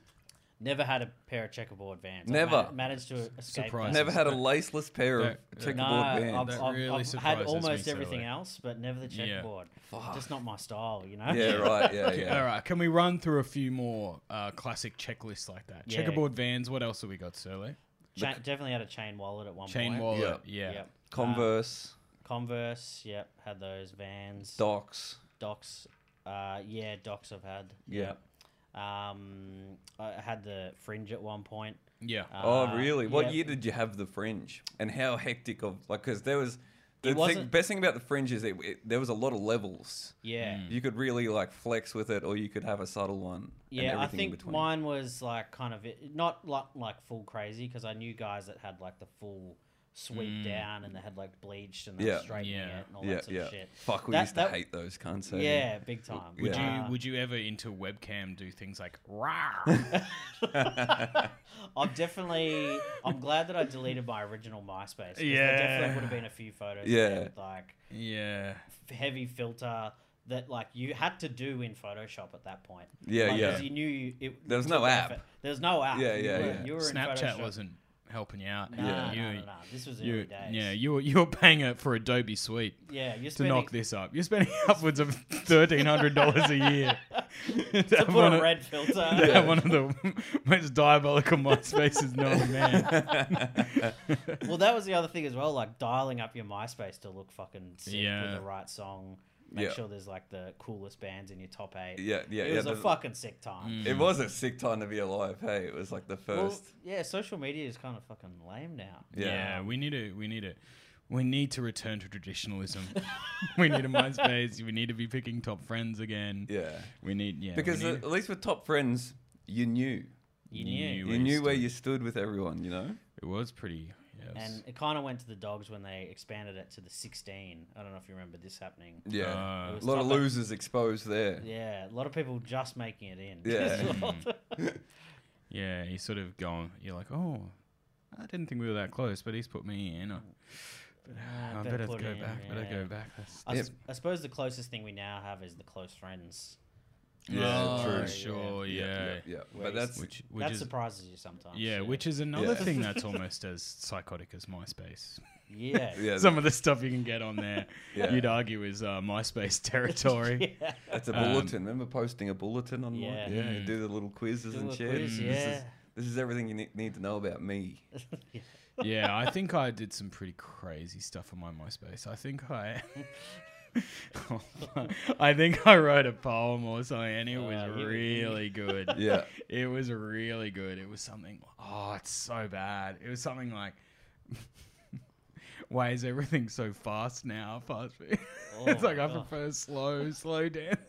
Speaker 3: never had a pair of checkerboard Vans. I
Speaker 2: Never.
Speaker 3: managed to escape.
Speaker 1: Surprising.
Speaker 3: that.
Speaker 2: Never had a laceless pair of
Speaker 1: That-
Speaker 2: checkerboard
Speaker 3: No,
Speaker 2: bands.
Speaker 3: I've,
Speaker 1: That
Speaker 3: I've,
Speaker 1: really
Speaker 3: I've had
Speaker 1: surprises me,
Speaker 3: almost
Speaker 1: so,
Speaker 3: everything
Speaker 1: like-
Speaker 3: else, but never the
Speaker 1: Yeah.
Speaker 3: checkerboard. Just not my style, you know.
Speaker 2: (laughs) yeah,
Speaker 3: (laughs)
Speaker 2: right. Yeah,
Speaker 1: Okay,
Speaker 2: yeah.
Speaker 1: All right. Can we run through a few more uh, classic checklists like that?
Speaker 3: Yeah.
Speaker 1: Checkerboard vans. What else have we got, Surly?
Speaker 3: Cha- definitely had a chain wallet at one
Speaker 1: Chain
Speaker 3: point.
Speaker 1: wallet.
Speaker 2: Yep.
Speaker 1: Yeah.
Speaker 3: Yep.
Speaker 2: Converse,
Speaker 3: Converse. Yep. Had those Vans.
Speaker 2: Docs.
Speaker 3: Docs. Uh, yeah, Docs I've had.
Speaker 2: Yeah.
Speaker 3: Um, I had the Fringe at one point.
Speaker 1: Yeah.
Speaker 2: oh,
Speaker 3: Uh,
Speaker 2: really? What
Speaker 3: yeah.
Speaker 2: year did you have the fringe? And how hectic of like because there was the thing,
Speaker 3: wasn't-
Speaker 2: best thing about the fringe is it, it, there was a lot of levels.
Speaker 1: Hmm.
Speaker 3: Yeah.
Speaker 2: You could really like flex with it, or you could have a subtle one. and
Speaker 3: Yeah,
Speaker 2: everything
Speaker 3: I
Speaker 2: in
Speaker 3: think
Speaker 2: between.
Speaker 3: mine was like kind of it, not like, like full crazy because I knew guys that had like the full sweep down and they had like bleached and they
Speaker 2: Yeah.
Speaker 3: were straightening
Speaker 1: Hmm. Yeah.
Speaker 3: it and all
Speaker 2: Yeah,
Speaker 3: that sort
Speaker 2: yeah.
Speaker 3: of shit.
Speaker 2: Fuck, we
Speaker 3: That-
Speaker 2: used to
Speaker 3: that-
Speaker 2: hate those cunts. eh? (laughs)
Speaker 3: Yeah, (laughs) big time.
Speaker 1: Would
Speaker 3: Uh,
Speaker 1: you would you ever into webcam do things like rah?
Speaker 2: (laughs)
Speaker 3: Uh, (laughs) I'm definitely. I'm glad that I deleted my original MySpace. 'cause
Speaker 1: Yeah.
Speaker 3: There definitely would have been a few photos.
Speaker 2: Yeah.
Speaker 3: Yeah. With like
Speaker 1: yeah.
Speaker 3: f- heavy filter that like you had to do in Photoshop at that point.
Speaker 2: Yeah,
Speaker 3: Like,
Speaker 2: yeah.
Speaker 3: 'cause you knew you, it.
Speaker 2: There was
Speaker 3: took
Speaker 2: no app.
Speaker 3: effort. There was no app.
Speaker 2: Yeah,
Speaker 3: You
Speaker 2: yeah,
Speaker 3: were-
Speaker 2: yeah.
Speaker 3: You were in
Speaker 1: Snapchat
Speaker 3: Photoshop.
Speaker 1: wasn't helping you out.
Speaker 3: Nah,
Speaker 1: You,
Speaker 3: nah, nah, nah. This was
Speaker 1: you-
Speaker 3: early days.
Speaker 1: yeah. You were you were paying it for Adobe Suite.
Speaker 3: Yeah, you're
Speaker 1: to
Speaker 3: spending,
Speaker 1: knock this up. You're spending (laughs) upwards of thirteen hundred dollars a year to,
Speaker 3: (laughs) to
Speaker 1: have
Speaker 3: put
Speaker 1: one
Speaker 3: a
Speaker 1: of-
Speaker 3: red filter.
Speaker 1: to have one of the (laughs) most diabolical
Speaker 3: (laughs)
Speaker 1: MySpaces known to man.
Speaker 3: Well, that was the other thing as well, like dialing up your MySpace to look fucking sick
Speaker 1: Yeah.
Speaker 3: with the right song. Make
Speaker 2: Yeah.
Speaker 3: sure there's like the coolest bands in your top eight.
Speaker 2: Yeah, yeah,
Speaker 3: It
Speaker 2: yeah,
Speaker 3: was a
Speaker 2: the-
Speaker 3: fucking sick
Speaker 1: Mm.
Speaker 3: time.
Speaker 2: It was a sick time to be alive. Hey, it was like the
Speaker 3: Well,
Speaker 2: first.
Speaker 3: yeah, social media is kind of fucking lame now.
Speaker 1: Yeah.
Speaker 2: Yeah.
Speaker 1: we need it. We need it. We need to return to traditionalism. (laughs) we need a MySpace. We need to be picking top friends again.
Speaker 2: yeah,
Speaker 1: We need yeah. we
Speaker 2: because
Speaker 1: need
Speaker 2: at least with top friends, you knew,
Speaker 3: You knew.
Speaker 1: You
Speaker 2: you
Speaker 1: Where
Speaker 2: knew where
Speaker 1: stood.
Speaker 2: you stood with everyone. You know.
Speaker 1: it was pretty. Yeah, it was-
Speaker 3: And it kind of went to the dogs when they expanded it to the 16. I don't know if you remember this happening.
Speaker 2: Yeah,
Speaker 1: Uh,
Speaker 3: It
Speaker 2: a
Speaker 3: was
Speaker 2: lot of
Speaker 3: top eight.
Speaker 2: losers exposed there.
Speaker 3: Yeah, a lot of people just making it in. (laughs)
Speaker 1: Mm.
Speaker 2: Yeah.
Speaker 1: yeah, you sort of go. You're like, oh, I didn't think we were that close, but he's put me in. I,
Speaker 3: (laughs) Ah,
Speaker 1: uh, I better,
Speaker 3: put
Speaker 1: go
Speaker 3: in,
Speaker 1: back. Better
Speaker 3: yeah.
Speaker 1: go back. That's-
Speaker 3: I,
Speaker 2: Yep.
Speaker 3: s- I suppose the closest thing we now have is the close friends.
Speaker 2: Yeah,
Speaker 1: oh,
Speaker 2: true.
Speaker 1: Sure.
Speaker 2: Yeah,
Speaker 1: Yeah.
Speaker 2: yeah, yeah.
Speaker 3: Where
Speaker 2: But
Speaker 3: you
Speaker 2: that's
Speaker 1: Which, which
Speaker 3: that
Speaker 1: is
Speaker 3: surprises you sometimes.
Speaker 1: Yeah, which is another
Speaker 2: Yeah.
Speaker 1: thing
Speaker 3: (laughs)
Speaker 1: that's almost as psychotic as MySpace.
Speaker 3: yeah,
Speaker 2: (laughs) yeah,
Speaker 1: Some of the stuff you can get on there,
Speaker 2: Yeah.
Speaker 1: you'd argue, is uh, MySpace (laughs) territory.
Speaker 3: (laughs) yeah.
Speaker 2: that's a
Speaker 1: um,
Speaker 2: bulletin. Remember posting a bulletin on
Speaker 3: Yeah.
Speaker 2: yeah, yeah. you do the little quizzes
Speaker 3: Do
Speaker 2: and
Speaker 3: a
Speaker 2: shit.
Speaker 3: quiz,
Speaker 2: This is
Speaker 3: yeah.
Speaker 2: this is everything you ne- need to know about me.
Speaker 1: (laughs)
Speaker 3: (laughs)
Speaker 1: yeah. I think I did some pretty crazy stuff on my MySpace. I think I.
Speaker 3: (laughs)
Speaker 1: (laughs) I think I wrote a poem or something, and it was
Speaker 3: Uh, you- you- (laughs)
Speaker 1: really good.
Speaker 2: Yeah.
Speaker 1: It was really good. It was something. Oh, it's so bad. It was something like, (laughs) "Why is everything so fast now? Fast." food?" (laughs) it's
Speaker 3: Oh,
Speaker 1: like I
Speaker 3: God.
Speaker 1: prefer slow, slow dance.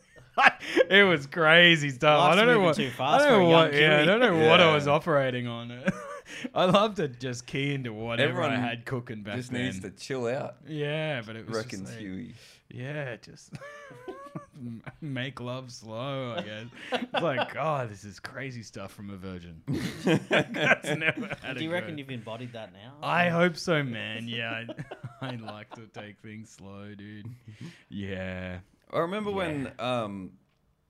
Speaker 1: (laughs) it was crazy stuff.
Speaker 3: Life's
Speaker 1: I don't know
Speaker 3: moving
Speaker 1: what.
Speaker 3: too fast
Speaker 1: I don't know
Speaker 3: for a young
Speaker 1: what. Yeah, I
Speaker 3: Kiwi.
Speaker 1: don't know what I
Speaker 2: Yeah.
Speaker 1: was operating on. (laughs) I love to just key into whatever I
Speaker 2: Everyone
Speaker 1: had cooking back
Speaker 2: Just
Speaker 1: then.
Speaker 2: needs to chill out.
Speaker 1: yeah, but it was just
Speaker 2: Reckons
Speaker 1: like- (laughs)
Speaker 2: (laughs) Huey.
Speaker 1: yeah, just m- (laughs) make love slow, I guess. It's (laughs) like, God, this is crazy stuff from a (laughs) virgin. That's never had
Speaker 3: Do you
Speaker 1: a
Speaker 3: reckon
Speaker 1: go.
Speaker 3: you've embodied that now? (laughs)
Speaker 1: I hope so, man. Yeah, I, (laughs) I like to take things slow, dude. Yeah.
Speaker 2: I remember when um,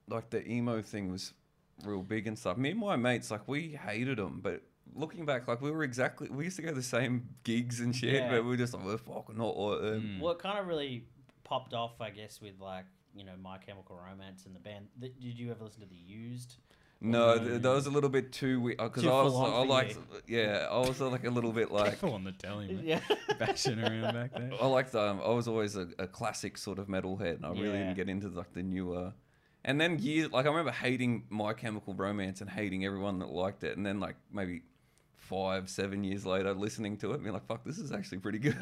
Speaker 2: like the emo thing was real big and stuff. Me and my mates, like we hated them, but looking back, like we were exactly we used to go to the same gigs and shit,
Speaker 3: Yeah. Mm.
Speaker 2: but we were just like we're fucking not like them.
Speaker 3: Um,
Speaker 1: Hmm.
Speaker 3: What kind of really popped off, I guess, with like you know My Chemical Romance and the band. Th- Did you ever listen to the Used?
Speaker 2: No, th- that was a little bit too weird. Because
Speaker 3: Mm. Too
Speaker 2: I was,
Speaker 3: full-on
Speaker 2: I
Speaker 3: for
Speaker 2: liked,
Speaker 3: you.
Speaker 2: yeah, I was uh, like a little bit like,
Speaker 1: People on the telly, man.
Speaker 3: (laughs) Yeah.
Speaker 1: (laughs) Bashing around back there.
Speaker 2: I liked, um, I was always a, a classic sort of metalhead, and I really
Speaker 3: Yeah.
Speaker 2: didn't get into like the newer. And then years, like I remember hating My Chemical Romance and hating everyone that liked it, and then like maybe five, seven years later, listening to it, and being like, "Fuck, this is actually pretty good."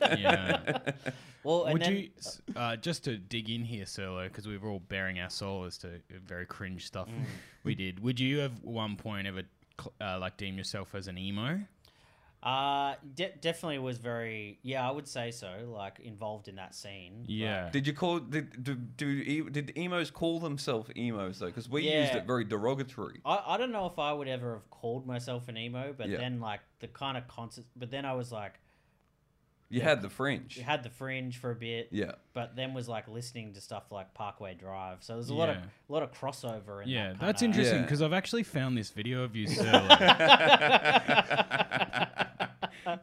Speaker 2: (laughs)
Speaker 1: Yeah.
Speaker 3: (laughs) Well, and
Speaker 1: Would
Speaker 3: then
Speaker 1: you, s- uh, just to dig in here, Solo, because we were all bearing our soul as to very cringe stuff
Speaker 3: Mm.
Speaker 1: we did. Would you have at one point ever cl- uh, like deem yourself as an emo?
Speaker 3: uh, de- definitely was very yeah, I would say so. Like involved in that scene.
Speaker 1: Yeah.
Speaker 2: Did you call did do, do e- did emos call themselves emos though? Because we used
Speaker 3: Yeah.
Speaker 2: it very derogatory.
Speaker 3: I, I don't know if I would ever have called myself an emo, but
Speaker 2: Yeah.
Speaker 3: then like the kind of concert, but then I was like,
Speaker 2: You had the fringe.
Speaker 3: you had the fringe for a bit, (laughs)
Speaker 2: yeah.
Speaker 3: but then was like listening to stuff like Parkway Drive. So there's a lot of
Speaker 1: Yeah.
Speaker 3: a lot of crossover. In
Speaker 1: yeah,
Speaker 3: that
Speaker 1: that's
Speaker 3: kinda-
Speaker 1: interesting
Speaker 2: Yeah.
Speaker 1: because I've actually found this video
Speaker 3: (laughs)
Speaker 1: of you, Solo. (laughs)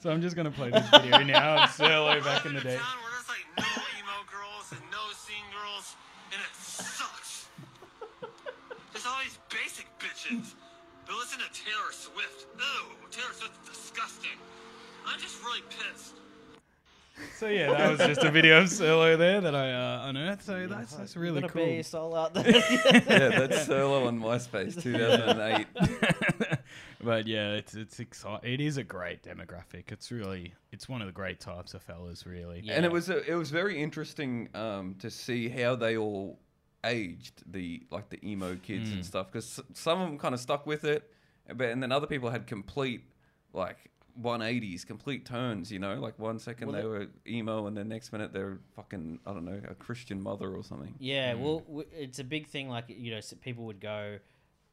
Speaker 1: so I'm just gonna play this video now of Solo back in the day.
Speaker 4: town where there's like no emo girls and no scene girls, and it sucks. There's all these basic bitches. But listen to Taylor Swift. Ew, Taylor Swift's disgusting. I'm just really pissed.
Speaker 1: So yeah, that was just a video of Solo there that I uh, unearthed. So that's that's
Speaker 3: You're
Speaker 1: really
Speaker 3: gonna
Speaker 1: cool.
Speaker 3: Be a soul
Speaker 1: (laughs)
Speaker 3: out there.
Speaker 2: Yeah, that's solo on
Speaker 3: (laughs)
Speaker 2: MySpace 2008.
Speaker 1: (laughs) but yeah, it's it's exciting. It is a great demographic. It's really it's one of the great types of fellas, really.
Speaker 3: Yeah.
Speaker 2: And it was a, it was very interesting um, to see how they all aged the like the emo kids
Speaker 1: Hmm.
Speaker 2: and stuff because some of them kind of stuck with it, but and then other people had complete like 180s, complete turns. You know, like one second
Speaker 3: Well,
Speaker 2: they
Speaker 3: the-
Speaker 2: were emo and the next minute they're fucking I don't know a Christian mother or something.
Speaker 3: Yeah, well, w- it's a big thing. Like you know, s- people would go,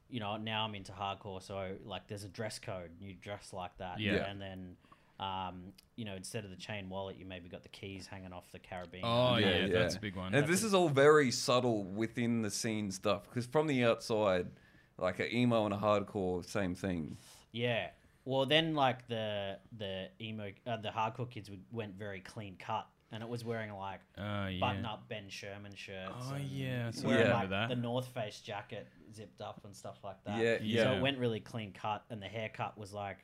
Speaker 3: you know, now I'm into hardcore, so like there's a dress code, and you dress like that.
Speaker 1: Yeah.
Speaker 3: and then, um, you know, instead of the chain wallet, you maybe got the keys hanging off the carabiner.
Speaker 1: Oh yeah, that's a big one.
Speaker 2: And this is all very subtle within the scene stuff because from the outside, like a emo and a hardcore, same thing.
Speaker 3: Yeah. Well, then like the the emo, uh, the hardcore kids would, went very clean cut, and it was wearing like
Speaker 1: Oh yeah.
Speaker 3: button up Ben Sherman shirts.
Speaker 1: Oh,
Speaker 3: and
Speaker 1: yeah, I sort of
Speaker 3: wearing
Speaker 2: remember
Speaker 3: like
Speaker 1: that.
Speaker 3: the North Face jacket zipped up and stuff like that.
Speaker 2: Yeah,
Speaker 1: Yeah.
Speaker 3: So it went really clean cut, and the haircut was like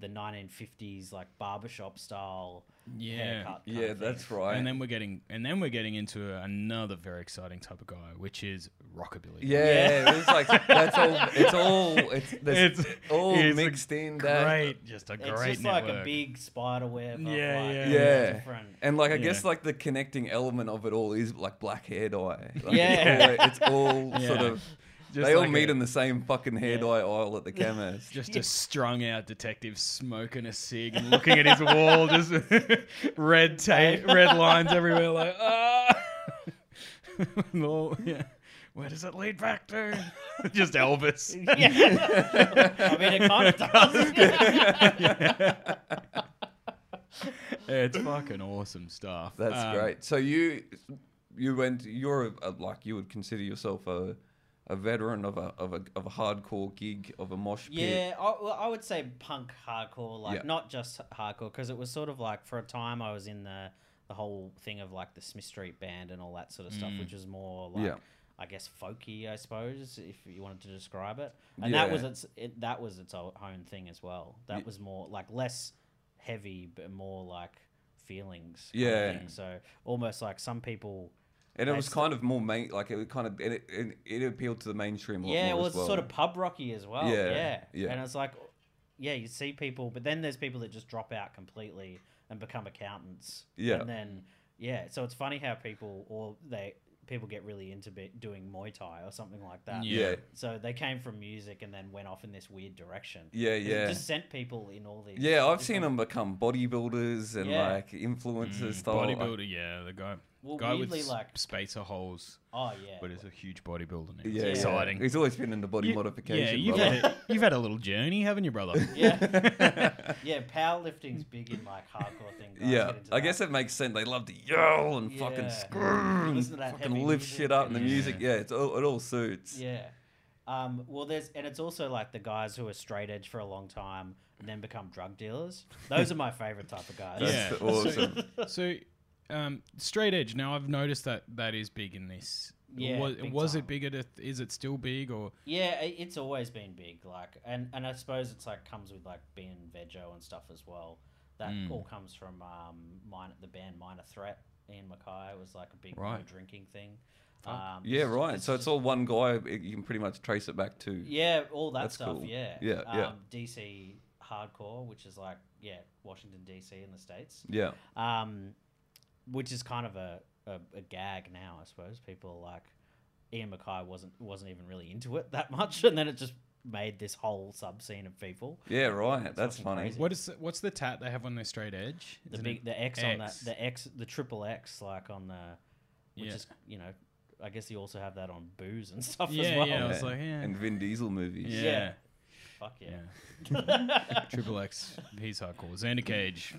Speaker 3: the 1950s like barbershop style.
Speaker 1: Yeah.
Speaker 3: haircut kind
Speaker 2: yeah,
Speaker 3: of thing.
Speaker 2: that's right.
Speaker 1: And then we're getting and then we're getting into another very exciting type of guy, which is rockabilly.
Speaker 2: yeah, it was like that's all. It's all. It's, there's
Speaker 1: It's-
Speaker 2: all
Speaker 1: it's a
Speaker 2: mixed in that.
Speaker 1: Great, just a great
Speaker 3: It's just like a
Speaker 1: network.
Speaker 3: big spider web. of,
Speaker 1: Yeah,
Speaker 3: like,
Speaker 1: yeah.
Speaker 2: Yeah.
Speaker 3: Different.
Speaker 2: And like I
Speaker 1: Yeah.
Speaker 2: guess like the connecting element of it all is like black hair dye. Like,
Speaker 3: Yeah.
Speaker 2: it's all, it's all sort
Speaker 1: Yeah.
Speaker 2: of.
Speaker 1: Just
Speaker 2: they all
Speaker 1: like
Speaker 2: meet
Speaker 1: a-
Speaker 2: in the same fucking hair
Speaker 3: Yeah.
Speaker 2: dye aisle
Speaker 1: (laughs)
Speaker 2: at the chemist.
Speaker 1: Just a strung out detective smoking a cig and looking at his wall, just (laughs) red tape, red
Speaker 3: (laughs)
Speaker 1: lines everywhere, like, ah. (laughs) And all- yeah. Where does it lead back to? (laughs) just Elvis. (laughs)
Speaker 3: (laughs) Yeah. (laughs) I mean, it
Speaker 2: (laughs)
Speaker 3: kind of does. (laughs)
Speaker 1: It's fucking awesome stuff.
Speaker 2: That's
Speaker 1: Um,
Speaker 2: great. So you you went. You're a, like you would consider yourself a a veteran of a of a of a hardcore gig of a mosh pit.
Speaker 3: Yeah, I, well, I would say punk hardcore, like
Speaker 2: Yeah.
Speaker 3: not just hardcore, because it was sort of like for a time I was in the the whole thing of like the Smith Street Band and all that sort of stuff, which was more like
Speaker 2: Mm. Yeah.
Speaker 3: I guess folky, I suppose, if you wanted to describe it. And that was
Speaker 2: Yeah.
Speaker 3: its it, that was its o- own thing as well. That was more like less heavy, but more like feelings. kind of
Speaker 2: Yeah.
Speaker 3: thing. So almost like some people.
Speaker 2: and it was
Speaker 3: Nice.
Speaker 2: kind of more main. Like it kind of and it, and it appealed to the mainstream. A lot
Speaker 3: Yeah,
Speaker 2: more
Speaker 3: well,
Speaker 2: as
Speaker 3: it's
Speaker 2: well.
Speaker 3: sort of pub rocky as well.
Speaker 2: Yeah,
Speaker 3: Yeah,
Speaker 2: yeah.
Speaker 3: And it's like, yeah, you see people, but then there's people that just drop out completely and become accountants.
Speaker 2: Yeah.
Speaker 3: And then, yeah, so it's funny how people or they people get really into be, doing Muay Thai or something like that.
Speaker 2: yeah.
Speaker 1: Yeah.
Speaker 3: So they came from music and then went off in this weird direction.
Speaker 2: Yeah,
Speaker 3: 'Cause
Speaker 2: yeah.
Speaker 3: It just sent people in all these.
Speaker 2: Yeah, I've
Speaker 3: different-
Speaker 2: seen them become bodybuilders and
Speaker 3: Yeah.
Speaker 2: like influencers. style.
Speaker 1: Mm, Bodybuilder, yeah, the guy.
Speaker 3: Well,
Speaker 1: guy
Speaker 3: weirdly,
Speaker 1: with
Speaker 3: like-
Speaker 1: like, spacer holes,
Speaker 3: Oh yeah.
Speaker 1: but is a huge bodybuilder now.
Speaker 2: yeah, yeah.
Speaker 1: It's exciting.
Speaker 2: He's always been into body
Speaker 1: You- Yeah,
Speaker 2: modification.
Speaker 1: you've
Speaker 2: brother.
Speaker 1: had, a, you've had a little journey, haven't you, brother?
Speaker 3: yeah,
Speaker 2: (laughs)
Speaker 3: yeah. Powerlifting's big in like hardcore thing.
Speaker 2: (laughs) Yeah,
Speaker 3: guys, get into
Speaker 2: I
Speaker 3: that.
Speaker 2: guess it makes sense. They love to yell and
Speaker 3: Yeah.
Speaker 2: fucking scream, and
Speaker 3: Listen to that
Speaker 2: fucking
Speaker 3: heavy
Speaker 2: lift
Speaker 3: music
Speaker 2: shit up, and the
Speaker 3: and-
Speaker 2: music. Yeah, it's all, it all suits.
Speaker 3: Yeah. Um, well, there's, and it's also like the guys who are straight edge for a long time and then become drug dealers. Those are my favorite type of
Speaker 2: (laughs)
Speaker 3: guys.
Speaker 2: That's
Speaker 1: Yeah.
Speaker 2: awesome.
Speaker 1: So, um, straight edge. Now I've noticed that that is big in this
Speaker 3: Yeah,
Speaker 1: was
Speaker 3: big
Speaker 1: was
Speaker 3: time.
Speaker 1: it bigger? To, is it still big or
Speaker 3: Yeah, i- it's always been big, like, and and I suppose it's like comes with like being vego and stuff as well. That
Speaker 1: Mm.
Speaker 3: all comes from um, minor, the band Minor Threat. Ian Mackay was like a big no
Speaker 1: Right.
Speaker 3: drinking thing.
Speaker 1: Fuck.
Speaker 3: Um,
Speaker 2: Oh, Yeah,
Speaker 3: it's-
Speaker 2: right. So it's all one guy. it- You can pretty much trace it back to.
Speaker 3: yeah, all that
Speaker 2: That's
Speaker 3: stuff.
Speaker 2: cool.
Speaker 3: Yeah,
Speaker 2: Yeah,
Speaker 3: um,
Speaker 2: yeah.
Speaker 3: DC hardcore, which is like yeah, Washington DC in the states.
Speaker 2: Yeah.
Speaker 3: um, which is kind of a, a, a gag now, I suppose. People like Ian Mackay wasn't wasn't even really into it that much, and then it just made this whole sub scene of people.
Speaker 2: Yeah, right. That's
Speaker 3: fucking
Speaker 2: funny.
Speaker 3: crazy.
Speaker 1: what is what's the tat they have on their straight edge?
Speaker 3: The
Speaker 1: Isn't
Speaker 3: big
Speaker 1: it-
Speaker 3: the X, on that
Speaker 1: X.
Speaker 3: the X the triple X like on the which
Speaker 1: Yeah.
Speaker 3: is you know I guess you also have that on booze and (laughs) stuff
Speaker 1: yeah,
Speaker 3: as well.
Speaker 1: yeah. I was
Speaker 2: Yeah.
Speaker 1: like, yeah,
Speaker 2: And Vin Diesel movies.
Speaker 1: yeah,
Speaker 3: yeah. Fuck
Speaker 1: yeah.
Speaker 3: yeah.
Speaker 1: (laughs) Triple X, he's hardcore. Xander Cage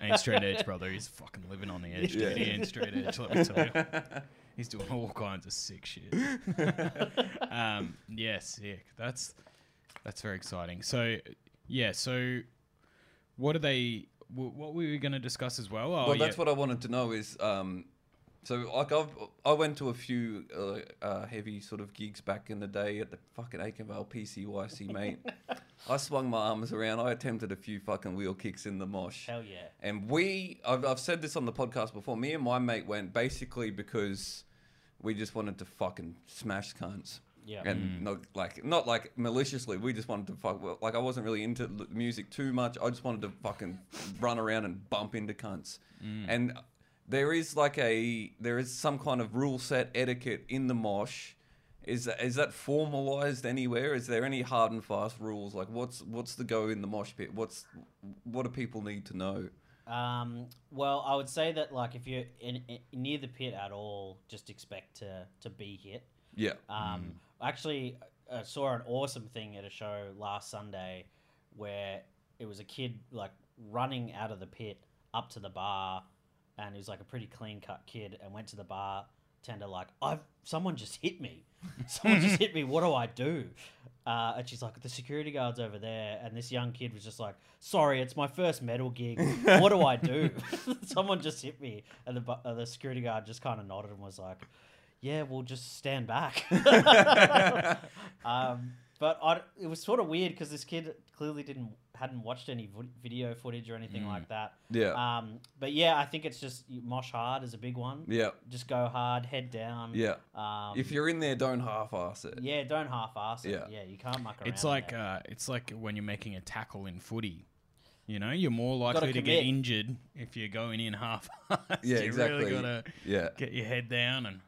Speaker 1: ain't straight edge, brother. He's fucking living on the edge.
Speaker 2: Yeah.
Speaker 1: dude. He ain't straight edge. Let me tell you. He's doing all kinds of sick shit. um, yeah, sick. That's that's very exciting. So, yeah. So, what are they? wh- What were we going to discuss as well? Oh,
Speaker 2: well, that's
Speaker 1: yeah.
Speaker 2: what I wanted to know is, um, so like I've I went to a few uh, uh, heavy sort of gigs back in the day at the fucking Aikenvale
Speaker 1: (laughs)
Speaker 2: PCYC, mate. I swung my arms around. I attempted a few fucking wheel kicks in the mosh.
Speaker 3: Hell yeah.
Speaker 2: And we, I've, I've said this on the podcast before. Me and my mate went basically because we just wanted to fucking smash cunts.
Speaker 3: Yeah.
Speaker 2: And not like not like maliciously. We just wanted to fuck. well, Like I wasn't really into l- music too much. I just wanted to fucking run around and bump into cunts. And there is like a there is some kind of rule set etiquette in the mosh. Is that, is that formalized anywhere? Is there any hard and fast rules? Like what's what's the go in the mosh pit? What's what do people need to know?
Speaker 3: Um, well, I would say that like if you're in, in, near the pit at all, just expect to to be hit.
Speaker 2: Yeah.
Speaker 3: Um, Actually, uh, I saw an awesome thing at a show last Sunday where it was a kid like running out of the pit up to the bar, and he was like a pretty clean cut kid, and went to the bar tender like, "I've someone just hit me, someone just hit me. What do I do?" Uh, and she's like, "The security guard's over there," and this young kid was just like, "Sorry, it's my first metal gig. What do I do? (laughs) someone just hit me," and the bu- uh, the security guard just kind of nodded and was like yeah, we'll just
Speaker 2: (laughs)
Speaker 3: stand back. (laughs) um, but I, it was sort of weird because this kid clearly didn't hadn't watched any vo- video footage or anything
Speaker 2: Mm.
Speaker 3: like that.
Speaker 2: Yeah.
Speaker 3: Um, but yeah, I think it's just you- mosh hard is a big one.
Speaker 2: yeah.
Speaker 3: Just go hard, head down.
Speaker 2: Yeah.
Speaker 3: Um,
Speaker 2: if you're in there, don't half-ass it.
Speaker 3: yeah, don't half-ass it.
Speaker 2: Yeah.
Speaker 3: Yeah, you can't muck around.
Speaker 1: It's
Speaker 3: in
Speaker 1: like
Speaker 3: there.
Speaker 1: uh, it's like when you're making a tackle in footy. You know, you're more
Speaker 3: Gotta
Speaker 1: likely to get
Speaker 3: commit.
Speaker 1: injured if you're going in half.
Speaker 2: Yeah,
Speaker 1: (laughs) you
Speaker 2: exactly.
Speaker 1: really gotta
Speaker 2: Yeah.
Speaker 1: get your head down and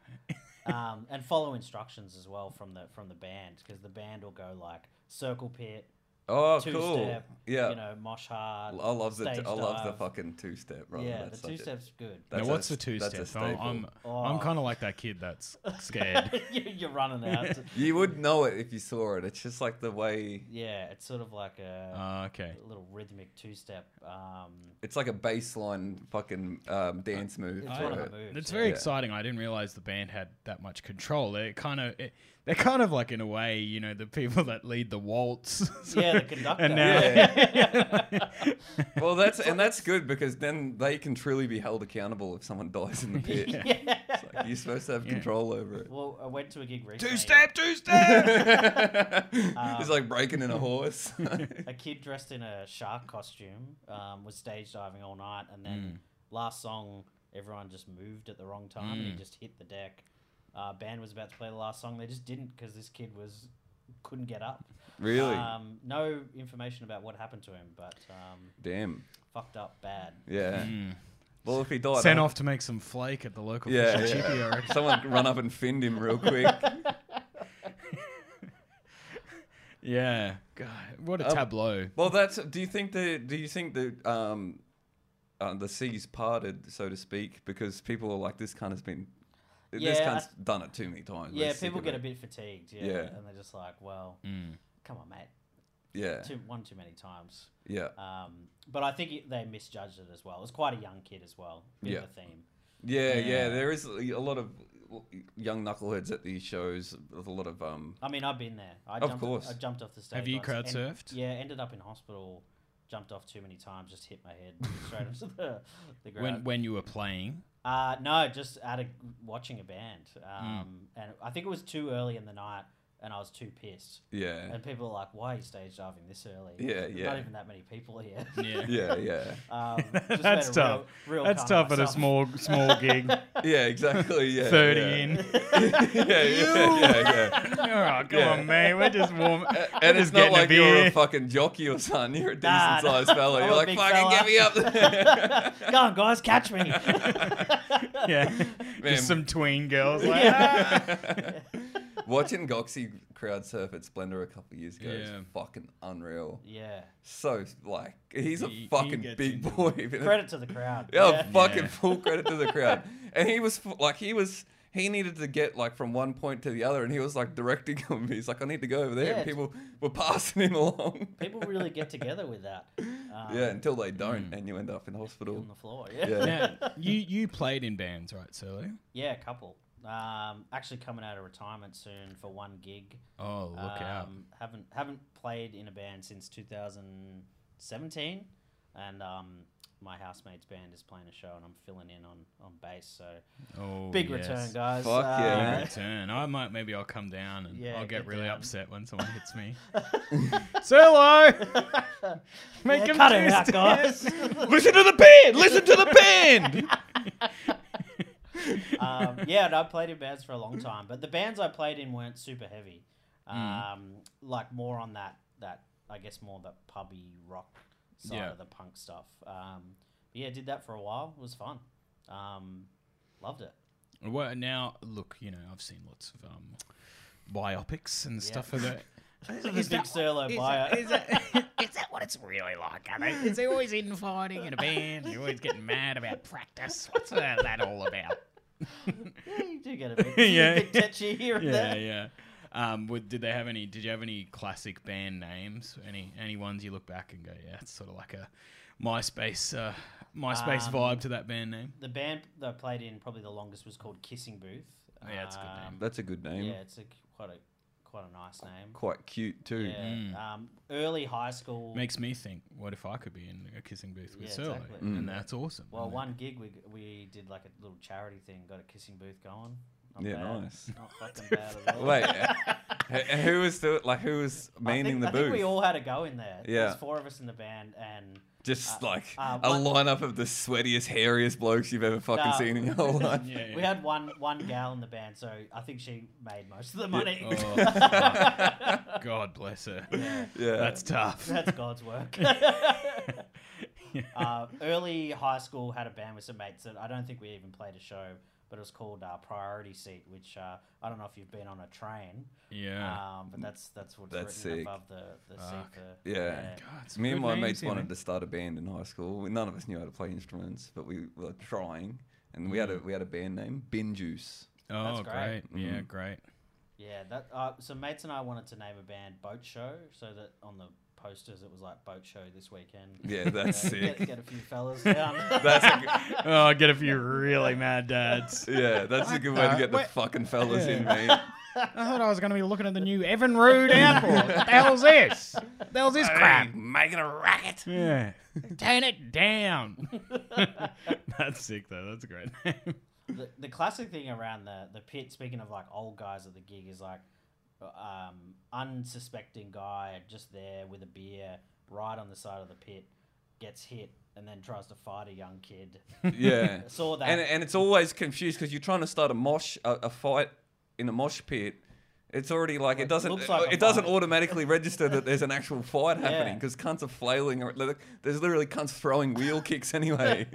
Speaker 1: uh,
Speaker 3: um, and follow instructions as well from the from the band because the band will go like circle pit,
Speaker 2: Oh,
Speaker 3: two
Speaker 2: cool.
Speaker 3: step,
Speaker 2: yeah.
Speaker 3: you know, mosh hard.
Speaker 2: I love the
Speaker 3: stage
Speaker 2: I love the
Speaker 3: dive.
Speaker 2: fucking two-step. Right?
Speaker 3: Yeah,
Speaker 2: That's
Speaker 3: the
Speaker 2: such
Speaker 3: two
Speaker 2: a-
Speaker 3: steps good.
Speaker 2: That's
Speaker 1: now, what's
Speaker 2: a-
Speaker 1: the two
Speaker 2: that's a
Speaker 1: step? I'm, I'm, I'm
Speaker 3: Oh.
Speaker 1: kind of like that kid that's
Speaker 3: (laughs)
Speaker 1: scared.
Speaker 3: You- you're running out.
Speaker 2: You would know it if you saw it. It's just like the way.
Speaker 3: yeah, it's sort of like a
Speaker 1: uh, okay.
Speaker 3: little rhythmic two step. Um,
Speaker 2: It's like a baseline fucking um, dance move.
Speaker 3: it's
Speaker 1: I-
Speaker 3: one
Speaker 2: for
Speaker 3: of the
Speaker 2: it.
Speaker 3: moves.
Speaker 1: It's (laughs)
Speaker 3: yeah.
Speaker 1: very
Speaker 2: Yeah.
Speaker 1: exciting. I didn't realize the band had that much control. They kind of, they're kind of like in a way, you know, the people that lead the waltz. (laughs)
Speaker 3: Yeah, the conductor.
Speaker 1: And now,
Speaker 3: (laughs)
Speaker 2: Well, that's and that's good because then they can truly be held accountable if someone
Speaker 1: (laughs)
Speaker 2: dies in the pit.
Speaker 3: Yeah.
Speaker 2: It's like, you're supposed to have control over it.
Speaker 3: Well, I went to a gig recently.
Speaker 1: (laughs) two step, two
Speaker 2: (laughs)
Speaker 3: (laughs)
Speaker 1: step.
Speaker 2: it's like breaking in a horse.
Speaker 3: A kid dressed in a shark costume um, was stage diving all night, and then last song, everyone just moved at the wrong time, and he just hit the deck. Uh, band was about to play the last song, they just didn't because this kid was couldn't get up.
Speaker 2: really?
Speaker 3: Um, no information about what happened to him, but um,
Speaker 2: (laughs) Damn.
Speaker 3: fucked up bad.
Speaker 2: Yeah.
Speaker 3: Hmm.
Speaker 2: Well, if he died,
Speaker 1: Sent
Speaker 2: I-
Speaker 1: off to make some flake at the local
Speaker 2: Yeah,
Speaker 1: fish and
Speaker 2: yeah.
Speaker 1: chippy. I
Speaker 2: (laughs)
Speaker 1: reckon.
Speaker 2: Someone run up and fend him real
Speaker 3: (laughs)
Speaker 2: quick.
Speaker 1: Yeah. God, what a
Speaker 2: Um,
Speaker 1: tableau.
Speaker 2: Well, that's. Do you think the? Do you think that um, uh, the seas parted, so to speak, because people are like, this cunt has been, this
Speaker 3: Yeah,
Speaker 2: cunt's done it too many times.
Speaker 3: Yeah,
Speaker 2: They're sick
Speaker 3: people
Speaker 2: of
Speaker 3: get
Speaker 2: it.
Speaker 3: a bit fatigued. Yeah,
Speaker 2: Yeah. Mm.
Speaker 3: and they're just like, well, come on, mate,
Speaker 2: Yeah,
Speaker 3: too, one too many times.
Speaker 2: yeah,
Speaker 3: Um, but I think it, they misjudged it as well. It was quite a young kid as well. Bit of
Speaker 2: Yeah.
Speaker 3: a theme.
Speaker 2: yeah, yeah,
Speaker 1: Yeah.
Speaker 2: There is a lot of young knuckleheads at these shows. There's a lot of um.
Speaker 3: I mean, I've been there. I
Speaker 2: Of
Speaker 3: jumped,
Speaker 2: course.
Speaker 3: I jumped off the stage.
Speaker 1: Have you
Speaker 3: once,
Speaker 1: crowd
Speaker 3: en-
Speaker 1: surfed?
Speaker 3: yeah, ended up in hospital. (laughs) Jumped off too many times, just hit my head straight into the, the ground.
Speaker 2: (laughs)
Speaker 1: When when you were playing,
Speaker 3: Uh, no, just at a, watching a band.
Speaker 2: Mm.
Speaker 3: Um, And I think it was too early in the night, and I was too pissed.
Speaker 2: Yeah.
Speaker 3: And people were like, "Why are you stage diving this early?
Speaker 2: Yeah,
Speaker 3: There's
Speaker 2: yeah.
Speaker 3: Not even that many people here." (laughs)
Speaker 1: Yeah.
Speaker 2: Yeah, yeah.
Speaker 1: (laughs)
Speaker 3: um, just made
Speaker 1: That's
Speaker 3: a
Speaker 1: tough.
Speaker 3: Real, real
Speaker 1: That's
Speaker 3: cunt of
Speaker 1: tough at a
Speaker 3: myself. (laughs)
Speaker 1: small small gig.
Speaker 2: Yeah, exactly. Yeah.
Speaker 1: Thirty
Speaker 2: yeah.
Speaker 1: in.
Speaker 2: yeah, yeah, yeah, yeah.
Speaker 1: (laughs) oh, come
Speaker 2: Yeah.
Speaker 1: on, man. We're just warm. uh,
Speaker 2: A-
Speaker 1: we're
Speaker 2: And it's
Speaker 1: just
Speaker 2: not
Speaker 1: getting
Speaker 2: like
Speaker 1: a
Speaker 2: you're a
Speaker 1: beer.
Speaker 2: fucking jockey or something. You're a decent
Speaker 3: Nah, nah.
Speaker 2: sized fella.
Speaker 3: I'm
Speaker 2: You're
Speaker 3: a
Speaker 2: like,
Speaker 3: big
Speaker 2: fucking
Speaker 3: fella."
Speaker 2: get me up there.
Speaker 3: Go on, guys,
Speaker 1: (laughs)
Speaker 3: catch me.
Speaker 1: yeah.
Speaker 2: (laughs) Man.
Speaker 1: Just some tween girls. Like,
Speaker 3: Yeah.
Speaker 1: "Ah." (laughs)
Speaker 2: (laughs) Watching Goxie crowd surf at Splendor a couple years ago is
Speaker 1: Yeah.
Speaker 2: fucking unreal.
Speaker 3: yeah.
Speaker 2: So like, he's a
Speaker 1: He- he
Speaker 2: fucking
Speaker 1: gets
Speaker 2: big
Speaker 1: into it.
Speaker 2: boy. but-
Speaker 3: Credit to the crowd.
Speaker 2: Oh,
Speaker 3: Yeah.
Speaker 2: fucking
Speaker 1: Yeah.
Speaker 2: full credit to the
Speaker 1: (laughs)
Speaker 2: crowd. And he was f- like, he was, he needed to get like from one point to the other, and he was like directing him. He's like, I need to go over there.
Speaker 3: Yeah,
Speaker 2: and people were passing him (laughs) along.
Speaker 3: People really get together with that. Um,
Speaker 2: yeah, until they don't, and you end up in hospital.
Speaker 3: On the floor. Yeah. (laughs)
Speaker 2: Yeah.
Speaker 3: Yeah,
Speaker 1: Now, you you played in bands, right, Surly?
Speaker 3: a couple. Um, actually coming out of retirement soon for one gig.
Speaker 1: Oh, look out.
Speaker 3: Um, Haven't haven't played in a band since 2017, and um, my housemate's band is playing a show, and I'm filling in on on bass. So
Speaker 1: Oh,
Speaker 3: big
Speaker 1: yes.
Speaker 3: return, guys. Uh,
Speaker 2: Fuck yeah,
Speaker 1: Big
Speaker 2: man.
Speaker 1: return. I might maybe I'll come down and
Speaker 3: Yeah,
Speaker 1: I'll get,
Speaker 3: get
Speaker 1: really
Speaker 3: down.
Speaker 1: upset when someone hits (laughs) me. (laughs) Solo, make
Speaker 3: Yeah,
Speaker 1: him
Speaker 3: cut it
Speaker 1: do
Speaker 3: out,
Speaker 1: stairs. (laughs)
Speaker 3: guys. (laughs)
Speaker 1: Listen to the band. Listen to the band. (laughs)
Speaker 3: um, yeah, and I played in bands for a long time, but the bands I played in weren't super heavy.
Speaker 1: Hmm.
Speaker 3: Um, Like more on that that I guess more the pubby rock side
Speaker 1: Yeah.
Speaker 3: of the punk stuff. Um, but yeah, did that for a while. It was fun. Um, loved it.
Speaker 1: Well, now look, you know, I've seen lots of um, biopics and stuff of that.
Speaker 3: The big solo bio. (laughs)
Speaker 1: (laughs) is that what it's really like? Are they, is there always infighting in a band? You're always getting mad about practice. What's uh, that all about?
Speaker 3: yeah, you
Speaker 1: (laughs)
Speaker 3: do get a bit,
Speaker 1: Yeah.
Speaker 3: a bit touchy here and
Speaker 1: Yeah,
Speaker 3: there.
Speaker 1: yeah. Um, would, did they have any? Did you have any classic band names? Any any ones you look back and go, yeah, it's sort of like a MySpace uh, MySpace
Speaker 3: Um,
Speaker 1: vibe to that band name.
Speaker 3: The band that I played in probably the longest was called Kissing Booth.
Speaker 1: Oh, yeah, it's a good name.
Speaker 3: Um,
Speaker 2: That's a good name.
Speaker 3: Yeah, it's a, quite a quite a nice name.
Speaker 2: Quite cute too.
Speaker 3: Yeah. Um, early high school.
Speaker 1: Makes me think, what if I could be in a kissing booth with
Speaker 3: Yeah,
Speaker 1: Surly?
Speaker 3: exactly.
Speaker 1: And that's awesome.
Speaker 3: Well,
Speaker 1: And
Speaker 3: one gig we we did like a little charity thing, got a kissing booth going. Not
Speaker 2: Yeah,
Speaker 3: bad. (laughs)
Speaker 2: nice. (laughs)
Speaker 3: Not fucking bad at all.
Speaker 2: Wait, uh, h- who was the, like who was
Speaker 3: I
Speaker 2: manning
Speaker 3: think,
Speaker 2: the
Speaker 3: I
Speaker 2: booth?
Speaker 3: think we all had a go in there. Yeah.
Speaker 2: Yeah.
Speaker 3: There's four of us in the band, and
Speaker 2: Just
Speaker 3: uh,
Speaker 2: like
Speaker 3: uh,
Speaker 2: a
Speaker 3: one-
Speaker 2: lineup of the sweatiest, hairiest blokes you've ever fucking
Speaker 3: Nah.
Speaker 2: seen in
Speaker 3: (laughs)
Speaker 2: your whole life.
Speaker 1: Yeah, yeah.
Speaker 3: uh, we had one one gal in the band, so I think she made most of the money.
Speaker 1: (laughs)
Speaker 2: Oh.
Speaker 1: Oh, God bless her.
Speaker 3: (laughs) Yeah.
Speaker 2: Yeah.
Speaker 1: That's tough. (laughs)
Speaker 3: That's God's work.
Speaker 2: (laughs)
Speaker 3: (laughs) uh, early high school had a band with some mates that I don't think we even played a show, but it was called uh, Priority Seat, which uh, I don't know if you've been on a train,
Speaker 1: yeah.
Speaker 3: um, but that's that's what's
Speaker 2: That's
Speaker 3: written
Speaker 2: sick.
Speaker 3: above the, the seat.
Speaker 1: Fuck.
Speaker 3: for-
Speaker 2: Yeah.
Speaker 1: God, some
Speaker 2: Me and
Speaker 1: good
Speaker 2: my
Speaker 1: names
Speaker 2: mates
Speaker 1: here,
Speaker 2: wanted
Speaker 1: man.
Speaker 2: to start a band in high school. We- None of us knew how to play instruments, but we were trying. And we had
Speaker 3: Mm.
Speaker 2: a we had a band name, Bin
Speaker 3: (laughs)
Speaker 2: Juice.
Speaker 1: Oh,
Speaker 3: That's great.
Speaker 1: great. Yeah, (laughs)
Speaker 2: Mhm.
Speaker 1: great.
Speaker 3: Yeah, that uh, so mates and I wanted to name a band Boat Show, so that on the posters it was like Boat Show this weekend.
Speaker 2: Yeah, that's
Speaker 3: (laughs) Uh, get-
Speaker 2: sick.
Speaker 3: Get, a few fellas down.
Speaker 2: (laughs) That's a g-
Speaker 1: (laughs) Oh, I get a few really mad dads.
Speaker 2: yeah, that's a good way to get the
Speaker 1: Wait.
Speaker 2: fucking fellas in,
Speaker 1: Yeah.
Speaker 2: mate.
Speaker 1: (laughs) I thought I was going to be looking at the new Evan
Speaker 2: (laughs)
Speaker 1: Rude airport. What the hell's this? What the hell's this crap?
Speaker 2: making a racket.
Speaker 1: Yeah. (laughs) Turn it down. (laughs) That's sick, though. That's a great name. (laughs)
Speaker 3: the, the classic thing around the the pit, speaking of like old guys at the gig, is like um, unsuspecting guy just there with a beer right on the side of the pit gets hit and then tries to fight a young kid. (laughs)
Speaker 2: Yeah.
Speaker 3: Saw that.
Speaker 2: And, and it's always confused because you're trying to start a mosh a, a fight in a mosh pit. It's already like it
Speaker 3: It
Speaker 2: doesn't
Speaker 3: looks like a
Speaker 2: it doesn't
Speaker 3: fight.
Speaker 2: automatically register that there's an actual fight happening
Speaker 3: Yeah.
Speaker 2: because cunts are flailing. Or, like, there's literally cunts throwing wheel kicks
Speaker 3: (laughs)
Speaker 2: anyway.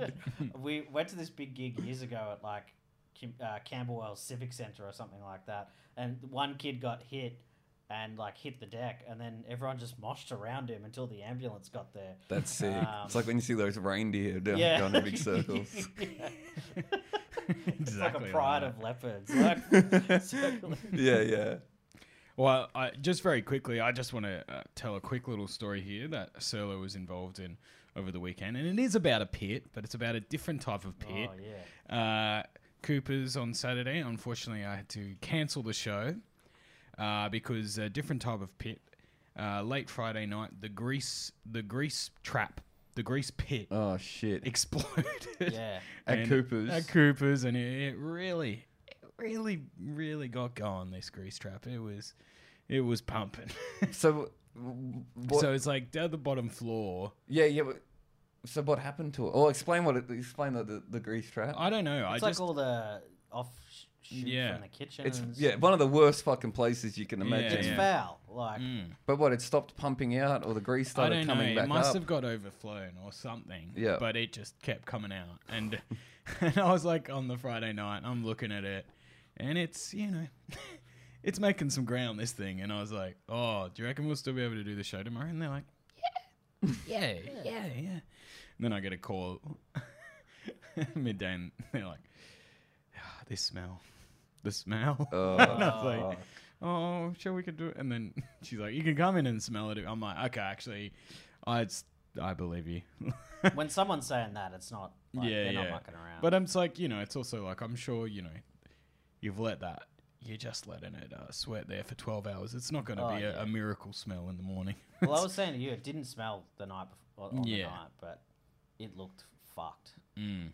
Speaker 3: we went to this big gig years ago at like Kim, uh, Camberwell Civic Centre or something like that, and one kid got hit and like hit the deck, and then everyone just moshed around him until the ambulance got there.
Speaker 2: That's sick.
Speaker 3: Um,
Speaker 2: it's like when you see those reindeer down,
Speaker 3: yeah,
Speaker 2: down
Speaker 1: (laughs)
Speaker 2: in big circles.
Speaker 3: (laughs) It's
Speaker 1: Exactly
Speaker 3: like
Speaker 1: like
Speaker 3: a pride
Speaker 1: that. (laughs)
Speaker 3: of leopards. Like, oh, circling.
Speaker 2: yeah, yeah.
Speaker 1: Well, I, just very quickly, I just want to uh, tell a quick little story here that Serlo was involved in over the weekend. And it is about a pit, but it's about a different type of
Speaker 3: oh
Speaker 1: pit.
Speaker 3: yeah.
Speaker 1: uh, Cooper's on Saturday. Unfortunately, I had to cancel the show uh, because a different type of pit. Uh, late Friday night, the grease the grease trap the grease pit
Speaker 2: Oh shit!
Speaker 1: exploded.
Speaker 3: (laughs)
Speaker 1: (laughs)
Speaker 3: Yeah.
Speaker 2: At
Speaker 1: and-
Speaker 2: Cooper's.
Speaker 1: At Cooper's, and it, it really, it really, really got going. This grease trap. It was, it was pumping. (laughs)
Speaker 2: So, w- what,
Speaker 1: so it's like down the bottom floor.
Speaker 2: yeah, yeah. but- So what happened to it? Oh, explain what it, explain the, the, the grease trap.
Speaker 1: I don't know.
Speaker 3: It's
Speaker 1: I
Speaker 3: like
Speaker 1: just
Speaker 3: all the off shoot
Speaker 1: Yeah.
Speaker 3: from the kitchen.
Speaker 2: it's
Speaker 3: and s-
Speaker 2: yeah, one of the worst fucking places you can imagine.
Speaker 3: It's
Speaker 1: Yeah. Mm.
Speaker 3: foul. Like
Speaker 2: But what? It stopped pumping out, or the grease
Speaker 1: I
Speaker 2: started
Speaker 1: don't know.
Speaker 2: coming back
Speaker 1: It must
Speaker 2: up.
Speaker 1: have got overflown or something.
Speaker 2: Yeah.
Speaker 1: But it just kept coming out, and (laughs) and I was like on the Friday night, I'm looking at it, and it's you know, (laughs) it's making some ground this thing, and I was like, oh, do you reckon we'll still be able to do the show tomorrow? And they're like, yeah, (laughs) yeah, yeah, yeah. And then I get a call (laughs) midday, and they're like, "Ah, this smell, the smell. (laughs) and I was like, oh, sure, we could do it. And then (laughs) she's like, you can come in and smell it. I'm like, okay, actually, I, it's, I believe you. (laughs)
Speaker 3: when someone's saying that, it's not. Like,
Speaker 1: yeah,
Speaker 3: they're
Speaker 1: yeah.
Speaker 3: not mucking around.
Speaker 1: But uh, I'm just like, you know, it's also like, I'm sure, you know, you've let that, you're just letting it uh, sweat there for 12 hours. It's not going to
Speaker 3: Oh,
Speaker 1: be a,
Speaker 3: yeah.
Speaker 1: a miracle smell in the morning. (laughs)
Speaker 3: well, I was saying to you, it didn't smell the night before on
Speaker 1: Yeah.
Speaker 3: the night, but it looked fucked.
Speaker 1: Mm.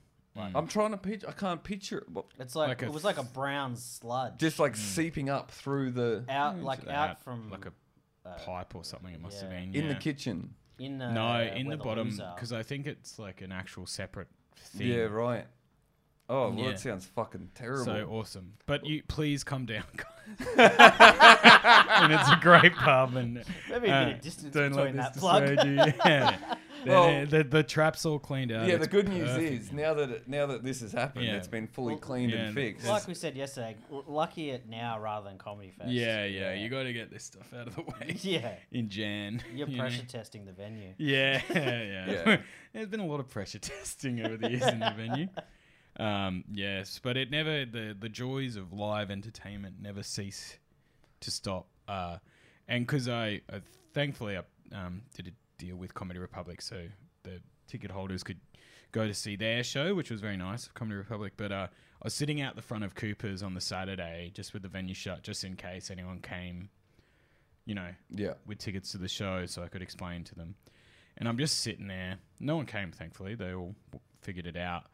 Speaker 2: I'm trying to picture. I can't picture it. But
Speaker 3: It's like,
Speaker 1: Like a
Speaker 3: it was like a brown sludge
Speaker 2: just
Speaker 1: Hmm.
Speaker 2: like seeping up through the
Speaker 3: out,
Speaker 1: Mm,
Speaker 3: like
Speaker 1: so
Speaker 3: out,
Speaker 1: that
Speaker 3: from
Speaker 1: like a
Speaker 3: uh,
Speaker 1: pipe or something. It must have
Speaker 3: yeah.
Speaker 1: been
Speaker 2: in the
Speaker 1: yeah.
Speaker 2: kitchen.
Speaker 3: in the
Speaker 1: No,
Speaker 3: uh,
Speaker 1: in
Speaker 3: where
Speaker 1: the bottom
Speaker 3: loos are.
Speaker 1: because I think it's like an actual separate thing.
Speaker 2: Yeah, right. Oh, well,
Speaker 1: Yeah.
Speaker 2: that sounds fucking terrible.
Speaker 1: So awesome. But you please come down. (laughs) and it's a great pub and
Speaker 3: Maybe a bit of distance
Speaker 1: uh, don't let
Speaker 3: between that
Speaker 1: this
Speaker 3: plug.
Speaker 1: dissuade You. (laughs)
Speaker 3: (laughs)
Speaker 1: Yeah. eh,
Speaker 2: (laughs) Well-
Speaker 1: the, the, the trap's all cleaned out.
Speaker 2: yeah, the
Speaker 1: It's
Speaker 2: good news
Speaker 1: perfect.
Speaker 2: is now that it, now that this has happened,
Speaker 1: Yeah.
Speaker 2: it's been fully
Speaker 3: Well,
Speaker 2: cleaned
Speaker 1: yeah,
Speaker 2: and fixed.
Speaker 3: like we said yesterday, l- lucky it now rather than comedy fest.
Speaker 1: Yeah, yeah, you got to get this stuff out of the way.
Speaker 3: (laughs) yeah.
Speaker 1: In Jan. (laughs)
Speaker 3: You're
Speaker 1: you know.
Speaker 3: pressure testing the (laughs) venue.
Speaker 1: Yeah, (laughs) yeah.
Speaker 2: Yeah.
Speaker 1: There's been a lot of pressure (laughs) testing over the years in the venue. Um, yes, but it never the the joys of live entertainment never cease to stop. Uh, and because I uh, thankfully I um, did a deal with Comedy Republic, so the ticket holders could go to see their show, which was very nice of Comedy Republic. But uh, I was sitting out the front of Cooper's on the Saturday, just with the venue shut, just in case anyone came, you know, (laughs)
Speaker 2: yeah.
Speaker 1: with tickets to the show so I could explain to them. And I'm just sitting there. No one came, thankfully. They all w- figured it out.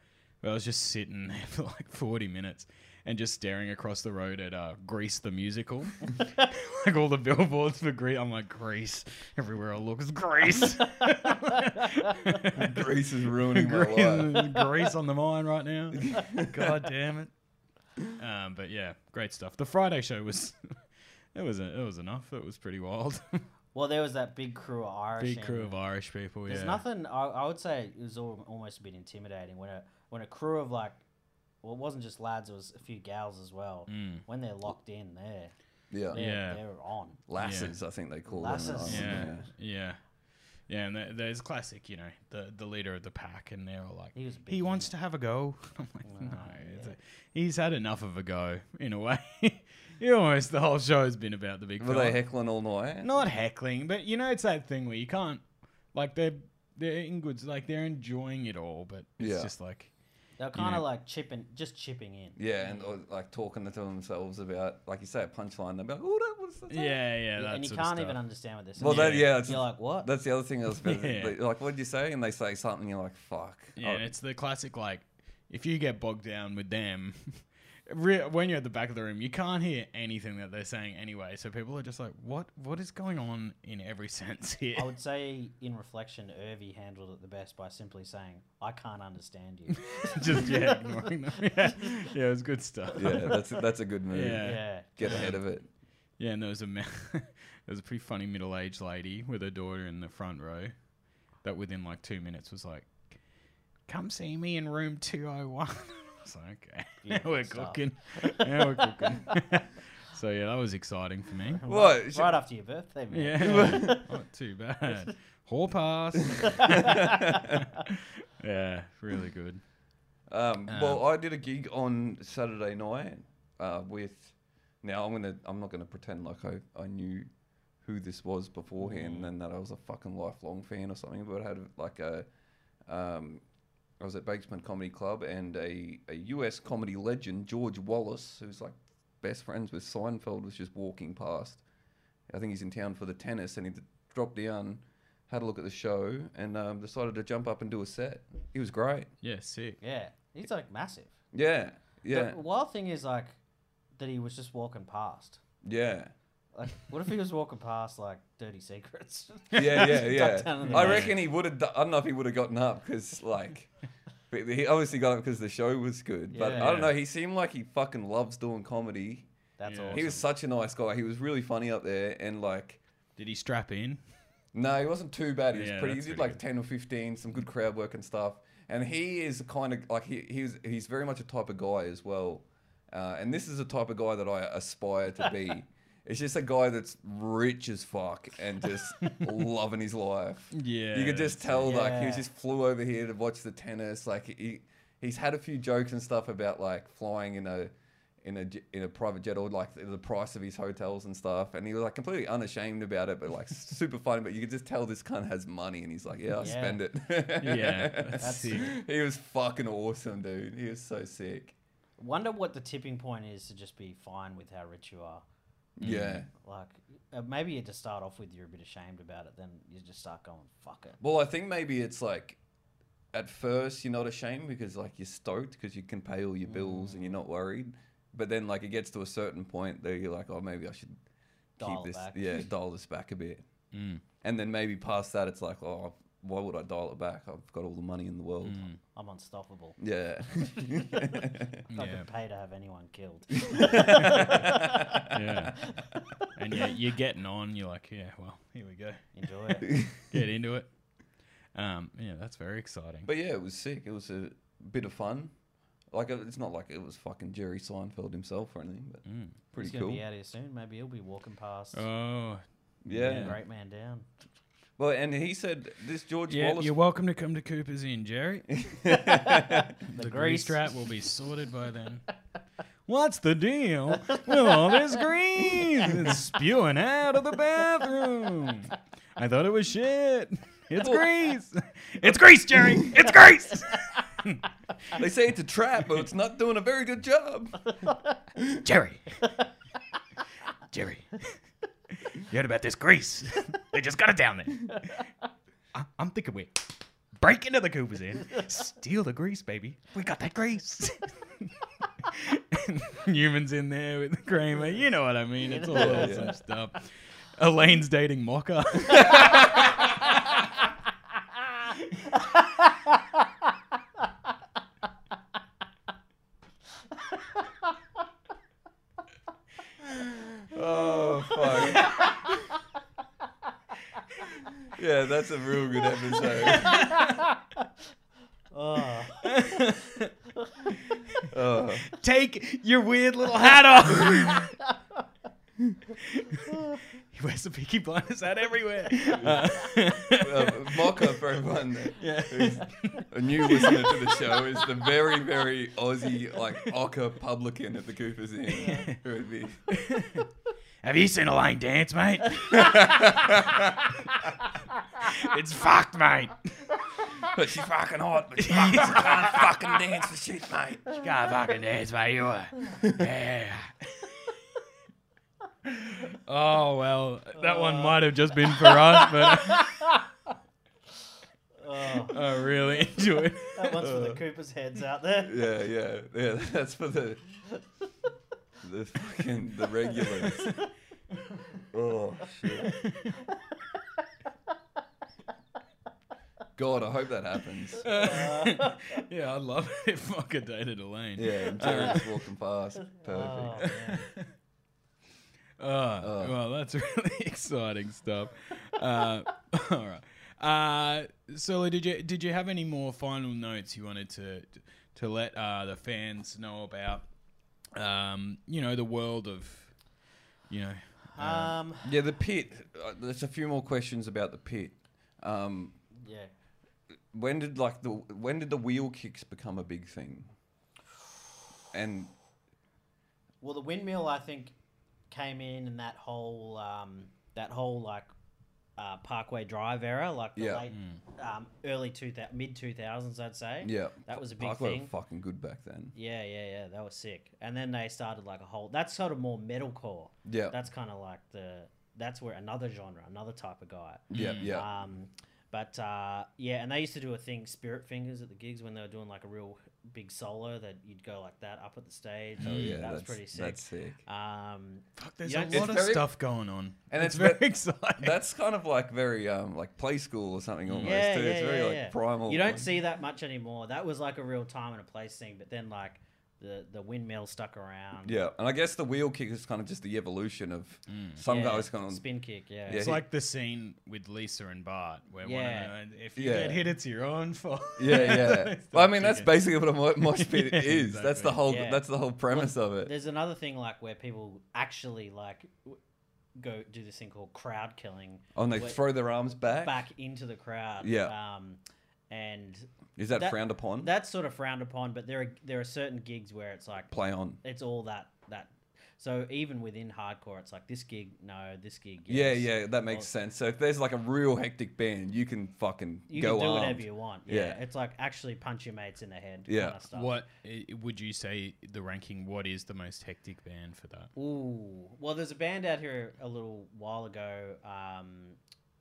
Speaker 1: But I was just sitting (laughs) there for like 40 minutes and just staring across the road at uh, Grease the Musical. (laughs) like all the billboards for Grease. I'm like, Grease. Everywhere I look is Grease. (laughs)
Speaker 2: Grease is ruining my life.
Speaker 1: Grease, grease on the mind right
Speaker 2: (laughs)
Speaker 1: now. God damn it. Um, but yeah, great stuff. The Friday show was. (laughs) It was a, it was enough. It was pretty wild. (laughs)
Speaker 3: Well, there was that big crew of Irish.
Speaker 1: Big crew
Speaker 3: and-
Speaker 1: of Irish people.
Speaker 3: There's
Speaker 1: yeah.
Speaker 3: nothing. I, I would say it was al- almost a bit intimidating when a when a crew of like, well, it wasn't just lads. It was a few gals as well.
Speaker 1: Mm.
Speaker 3: When they're locked in, there,
Speaker 2: Yeah.
Speaker 3: they're,
Speaker 1: Yeah.
Speaker 3: they're on.
Speaker 2: Lasses, I think they call them.
Speaker 3: Lasses.
Speaker 2: in
Speaker 1: Yeah,
Speaker 2: Ireland,
Speaker 1: yeah, yeah. And there- there's classic, you know, the the leader of the pack, and they're all like,
Speaker 3: He was a big
Speaker 1: he wants to have a go. (laughs) I'm like, no, it's a, he's had enough of a go in a way. (laughs) he almost the whole show has been about the big.
Speaker 2: yeah. Were
Speaker 1: fella.
Speaker 2: they heckling all night?
Speaker 1: Not heckling, but you know, it's that thing where you can't, like, they're they're in goods, like they're enjoying it all, but it's
Speaker 2: Yeah.
Speaker 1: just like,
Speaker 3: They're kind
Speaker 1: Yeah.
Speaker 3: of like chipping, just chipping in.
Speaker 2: Yeah, and or, like talking to themselves about, like you say, a punchline. They'll be like, "Oh, that was." That's
Speaker 1: yeah, yeah,
Speaker 3: Yeah,
Speaker 1: that
Speaker 3: and you
Speaker 1: sort of
Speaker 3: can't
Speaker 1: stuff.
Speaker 3: even understand what they're saying.
Speaker 2: Well, that yeah, it's,
Speaker 3: You're like, what?
Speaker 2: that's the other thing. I was about
Speaker 1: (laughs)
Speaker 2: to-
Speaker 1: Yeah.
Speaker 2: they- like, what did you say? And they say something, you're like, "Fuck."
Speaker 1: Yeah,
Speaker 2: Oh,
Speaker 1: and it's the classic like if you get bogged down with them, (laughs) re- when you're at the back of the room, you can't hear anything that they're saying anyway. So people are just like, "What? What is going on in every (laughs) sense here?"
Speaker 2: Oh,
Speaker 3: I would say, in reflection, Irvy handled it the best by simply saying, "I can't understand
Speaker 1: (laughs)
Speaker 3: you."
Speaker 1: just yeah,
Speaker 2: (laughs)
Speaker 1: ignoring them. (laughs) Yeah. yeah, it was good stuff.
Speaker 2: Oh, yeah, that's that's a good
Speaker 1: (laughs)
Speaker 2: move.
Speaker 1: Yeah.
Speaker 3: yeah,
Speaker 2: Get ahead of it.
Speaker 1: Yeah, and there was a ma- (laughs) there was a pretty funny middle aged lady with her daughter in the front row, that within like two minutes was like, "Come see me in room 201. (laughs) I was like, "Okay, now (laughs)
Speaker 3: Beautiful
Speaker 1: we're
Speaker 2: (laughs)
Speaker 3: stuff.
Speaker 1: cooking, now we're cooking." (laughs) so yeah, that was exciting for
Speaker 2: (laughs)
Speaker 1: me.
Speaker 2: What?
Speaker 3: Right, right after your birthday, man.
Speaker 2: (laughs)
Speaker 1: Yeah, not too bad. Hall pass. (laughs) yeah, really good.
Speaker 2: Um, well, I did a gig on Saturday night uh, with. Now I'm gonna. I'm not gonna pretend like I, I knew who this was beforehand and that I was a fucking lifelong fan or something. But I had like a. Um, I was at Bakesman Comedy Club and a, a US comedy legend, George Wallace, who's like best friends with Seinfeld, was just walking past. I think he's in town for the tennis and he d- dropped down had a look at the show, and um, decided to jump up and do a set. He was great.
Speaker 1: Yeah, sick.
Speaker 3: Yeah, he's like massive.
Speaker 2: Yeah, yeah,
Speaker 3: The wild thing is like that he was just walking past. (laughs)
Speaker 2: yeah.
Speaker 3: Like, what if he was walking past like dirty secrets? (laughs)
Speaker 2: Yeah, yeah,
Speaker 3: Duck down in
Speaker 2: yeah.
Speaker 3: the
Speaker 2: I
Speaker 3: basement.
Speaker 2: reckon he would have. I don't know if he would have gotten up because like, but he obviously got up because the show was good. But I don't
Speaker 1: Yeah.
Speaker 2: know. He seemed like he fucking loves doing comedy.
Speaker 3: That's
Speaker 1: Yeah.
Speaker 3: awesome.
Speaker 2: He was such a nice guy. He was really funny up there, and like,
Speaker 1: Did he strap in?
Speaker 2: no, he wasn't too bad. He was
Speaker 1: Yeah,
Speaker 2: pretty. He
Speaker 1: that's
Speaker 2: did
Speaker 1: pretty
Speaker 2: like ten or fifteen, some good crowd work and stuff. And he is the kind of like he he's he's very much a type of guy as well. Uh, and this is the type of guy that I aspire to
Speaker 1: (laughs)
Speaker 2: be. It's just a guy that's rich as fuck and
Speaker 1: (laughs)
Speaker 2: just loving his life.
Speaker 1: Yeah.
Speaker 2: you could just tell like he was
Speaker 3: Yeah.
Speaker 2: just flew over here to watch the tennis. Like he, he's had a few jokes and stuff about like flying in a in a j- in a private jet or like the price of his hotels and stuff. And he was like completely unashamed about it, but like super funny. But you could just tell this cunt has money, and he's like, yeah, I'll
Speaker 3: Yeah.
Speaker 2: spend it. (laughs)
Speaker 1: Yeah, that's sick.
Speaker 2: he was fucking awesome, dude. He was so sick.
Speaker 3: Wonder what the tipping point is to just be fine with how rich you are.
Speaker 1: Mm.
Speaker 2: Yeah.
Speaker 3: Like uh, maybe you just start off with you're a bit ashamed about it, then you just start going fuck it.
Speaker 2: Well, I think maybe it's like at first you're not ashamed because like you're stoked because you can pay all your bills
Speaker 3: Mm.
Speaker 2: and you're not worried. But then like it gets to a certain point that you're like, oh, maybe I should
Speaker 3: Dial it
Speaker 2: keep this,
Speaker 3: back. (laughs)
Speaker 2: yeah, dial this back a bit.
Speaker 1: Mm.
Speaker 2: And then maybe past that, it's like, oh, why would I dial it back? I've got all the money in the world.
Speaker 3: I'm unstoppable.
Speaker 2: Yeah.
Speaker 3: Fucking (laughs)
Speaker 2: (laughs)
Speaker 1: Yeah.
Speaker 3: pay to have anyone killed.
Speaker 1: Yeah. and yeah, you're getting on. You're like, yeah, well, here we go.
Speaker 3: Enjoy it.
Speaker 1: Get into it. Um, yeah, that's very exciting.
Speaker 2: but yeah, it was sick. It was a bit of fun. Like it's not like it was fucking Jerry Seinfeld himself or anything, but
Speaker 1: Mm.
Speaker 2: pretty
Speaker 3: He's gonna
Speaker 2: cool.
Speaker 3: be out here soon. Maybe he'll be walking past.
Speaker 1: Oh,
Speaker 2: yeah.
Speaker 3: Great man down. (laughs) well,
Speaker 2: Well, and he said this George
Speaker 1: yeah.
Speaker 2: Wallace
Speaker 1: You're welcome to come to Cooper's Inn, Jerry.
Speaker 3: The,
Speaker 1: The grease
Speaker 3: grease
Speaker 1: trap will be sorted by then. What's the deal with all this grease that's spewing out of the bathroom? I thought it was shit. It's grease. It's grease, Jerry. It's grease.
Speaker 2: They say it's a trap, but it's not doing a very good job.
Speaker 1: Jerry. Jerry. You heard about this grease. They just got it down there. I- I'm thinking we break into the Coopers Inn, steal the grease, baby. We got that grease. (laughs) Newman's in there with Kramer. You know what I mean. It's all
Speaker 2: Yeah,
Speaker 1: awesome
Speaker 2: yeah.
Speaker 1: stuff. Elaine's dating Mocha. (laughs)
Speaker 2: Oh fuck. yeah, that's a real good episode.
Speaker 3: Oh.
Speaker 2: (laughs) Oh.
Speaker 1: Take your weird little hat off. (laughs) he wears a Peaky Blinders hat everywhere.
Speaker 2: Uh,
Speaker 1: Uh, (laughs)
Speaker 2: Mocha for everyone that
Speaker 1: Yeah.
Speaker 2: who's a new listener to the show is the very, very Aussie like ochre publican at the Coopers Inn. Who would be
Speaker 1: Have you seen a line dance, mate? (laughs) it's fucked, mate.
Speaker 2: But she's fucking hot, but she
Speaker 1: can't
Speaker 2: fucking dance for shit, mate.
Speaker 1: fucking dance, mate. You are. Yeah. (laughs) Oh well, that one might have just been for us, (laughs) but
Speaker 3: Oh.
Speaker 1: I really enjoyed.
Speaker 3: That one's
Speaker 2: (laughs)
Speaker 3: for the Cooper's heads out there.
Speaker 2: Yeah, yeah, yeah. (laughs) That's for the the fucking the regulars. oh shit! God, I hope that happens.
Speaker 1: it. (laughs) yeah, I love it if Mocha dated Elaine.
Speaker 2: Yeah, and Jerry's walking past.
Speaker 3: Oh,
Speaker 2: Perfect.
Speaker 3: man.
Speaker 1: (laughs) Uh, well, that's (laughs) really exciting stuff. Uh, (laughs) all right. Uh, Sully, did you did you have any more final notes you wanted to to let uh, the fans know about? Um, you know, the world of, you know,
Speaker 3: Um,
Speaker 2: Yeah, the pit. Uh, There's a few more questions about the pit. Um,
Speaker 3: yeah.
Speaker 2: when did like the when did the wheel kicks become a big thing? And
Speaker 3: Well, the windmill, I think, came in and that whole um, that whole like uh, Parkway Drive era, like the
Speaker 2: Yeah.
Speaker 3: late um, early two thousand mid two thousands, I'd say.
Speaker 2: yeah,
Speaker 3: that was a big
Speaker 2: Parkway were
Speaker 3: thing.
Speaker 2: fucking good back then.
Speaker 3: Yeah, yeah, yeah. That was sick. And then they started like a whole. That's sort of more metalcore.
Speaker 2: Yeah.
Speaker 3: That's kind of like the that's where another genre, another type of guy.
Speaker 2: Yeah, yeah.
Speaker 3: Um, but uh, yeah, and they used to do a thing, Spirit Fingers, at the gigs when they were doing like a real big solo that you'd go like that up at the stage.
Speaker 2: Oh, yeah,
Speaker 3: that was
Speaker 2: that's-
Speaker 3: pretty sick.
Speaker 2: That's sick.
Speaker 3: Um,
Speaker 1: Fuck, there's
Speaker 3: Yeah,
Speaker 1: a
Speaker 3: it's
Speaker 1: lot of
Speaker 2: very-
Speaker 1: stuff going on,
Speaker 2: And
Speaker 1: it's,
Speaker 2: it's
Speaker 1: very
Speaker 2: ve-
Speaker 1: exciting.
Speaker 2: That's kind of like very um like play school or something almost
Speaker 3: yeah,
Speaker 2: too.
Speaker 3: yeah,
Speaker 2: it's very
Speaker 3: yeah,
Speaker 2: like
Speaker 3: yeah.
Speaker 2: primal.
Speaker 3: You don't see that much anymore. That was like a real time and a place thing, but then like the the windmill stuck around.
Speaker 2: Yeah, and I guess the wheel kick is kind of just the evolution of some
Speaker 3: Yeah,
Speaker 2: guys kind of
Speaker 3: spin kick. Yeah,
Speaker 2: Yeah.
Speaker 1: it's like the scene with Lisa and Bart, where
Speaker 3: Yeah.
Speaker 1: one of them, if you
Speaker 2: Yeah.
Speaker 1: get hit, it's your own fault. (laughs)
Speaker 2: Yeah,
Speaker 3: (laughs)
Speaker 2: yeah. well, I mean, that's
Speaker 1: basically
Speaker 2: basically what a mo- mosh pit
Speaker 1: Yeah,
Speaker 2: is. That's the
Speaker 1: exactly.
Speaker 2: whole.
Speaker 3: Yeah.
Speaker 2: That's the whole premise of it.
Speaker 3: There's another thing like where people actually like w- go do this thing called crowd killing.
Speaker 2: Oh, and they
Speaker 3: where-
Speaker 2: throw their arms back.
Speaker 3: back into the crowd.
Speaker 2: Yeah.
Speaker 3: Um, and
Speaker 2: Is that,
Speaker 3: that-
Speaker 2: frowned upon?
Speaker 3: that's sort of frowned upon, but there are there are certain gigs where it's like
Speaker 2: Play on.
Speaker 3: it's all that that. So even within hardcore, it's like this gig, no, this gig.
Speaker 2: Yeah,
Speaker 3: Yes.
Speaker 2: yeah, that makes sense. So if there's like a real hectic band, you can fucking
Speaker 3: You
Speaker 2: go
Speaker 3: can do
Speaker 2: armed.
Speaker 3: whatever you want. Yeah.
Speaker 2: Yeah.
Speaker 3: It's like actually punch your mates in the head.
Speaker 2: Yeah.
Speaker 3: Kind of stuff.
Speaker 1: What i- would you say the ranking? What is the most hectic band for that?
Speaker 3: Ooh. Well, there's a band out here a little while ago, um,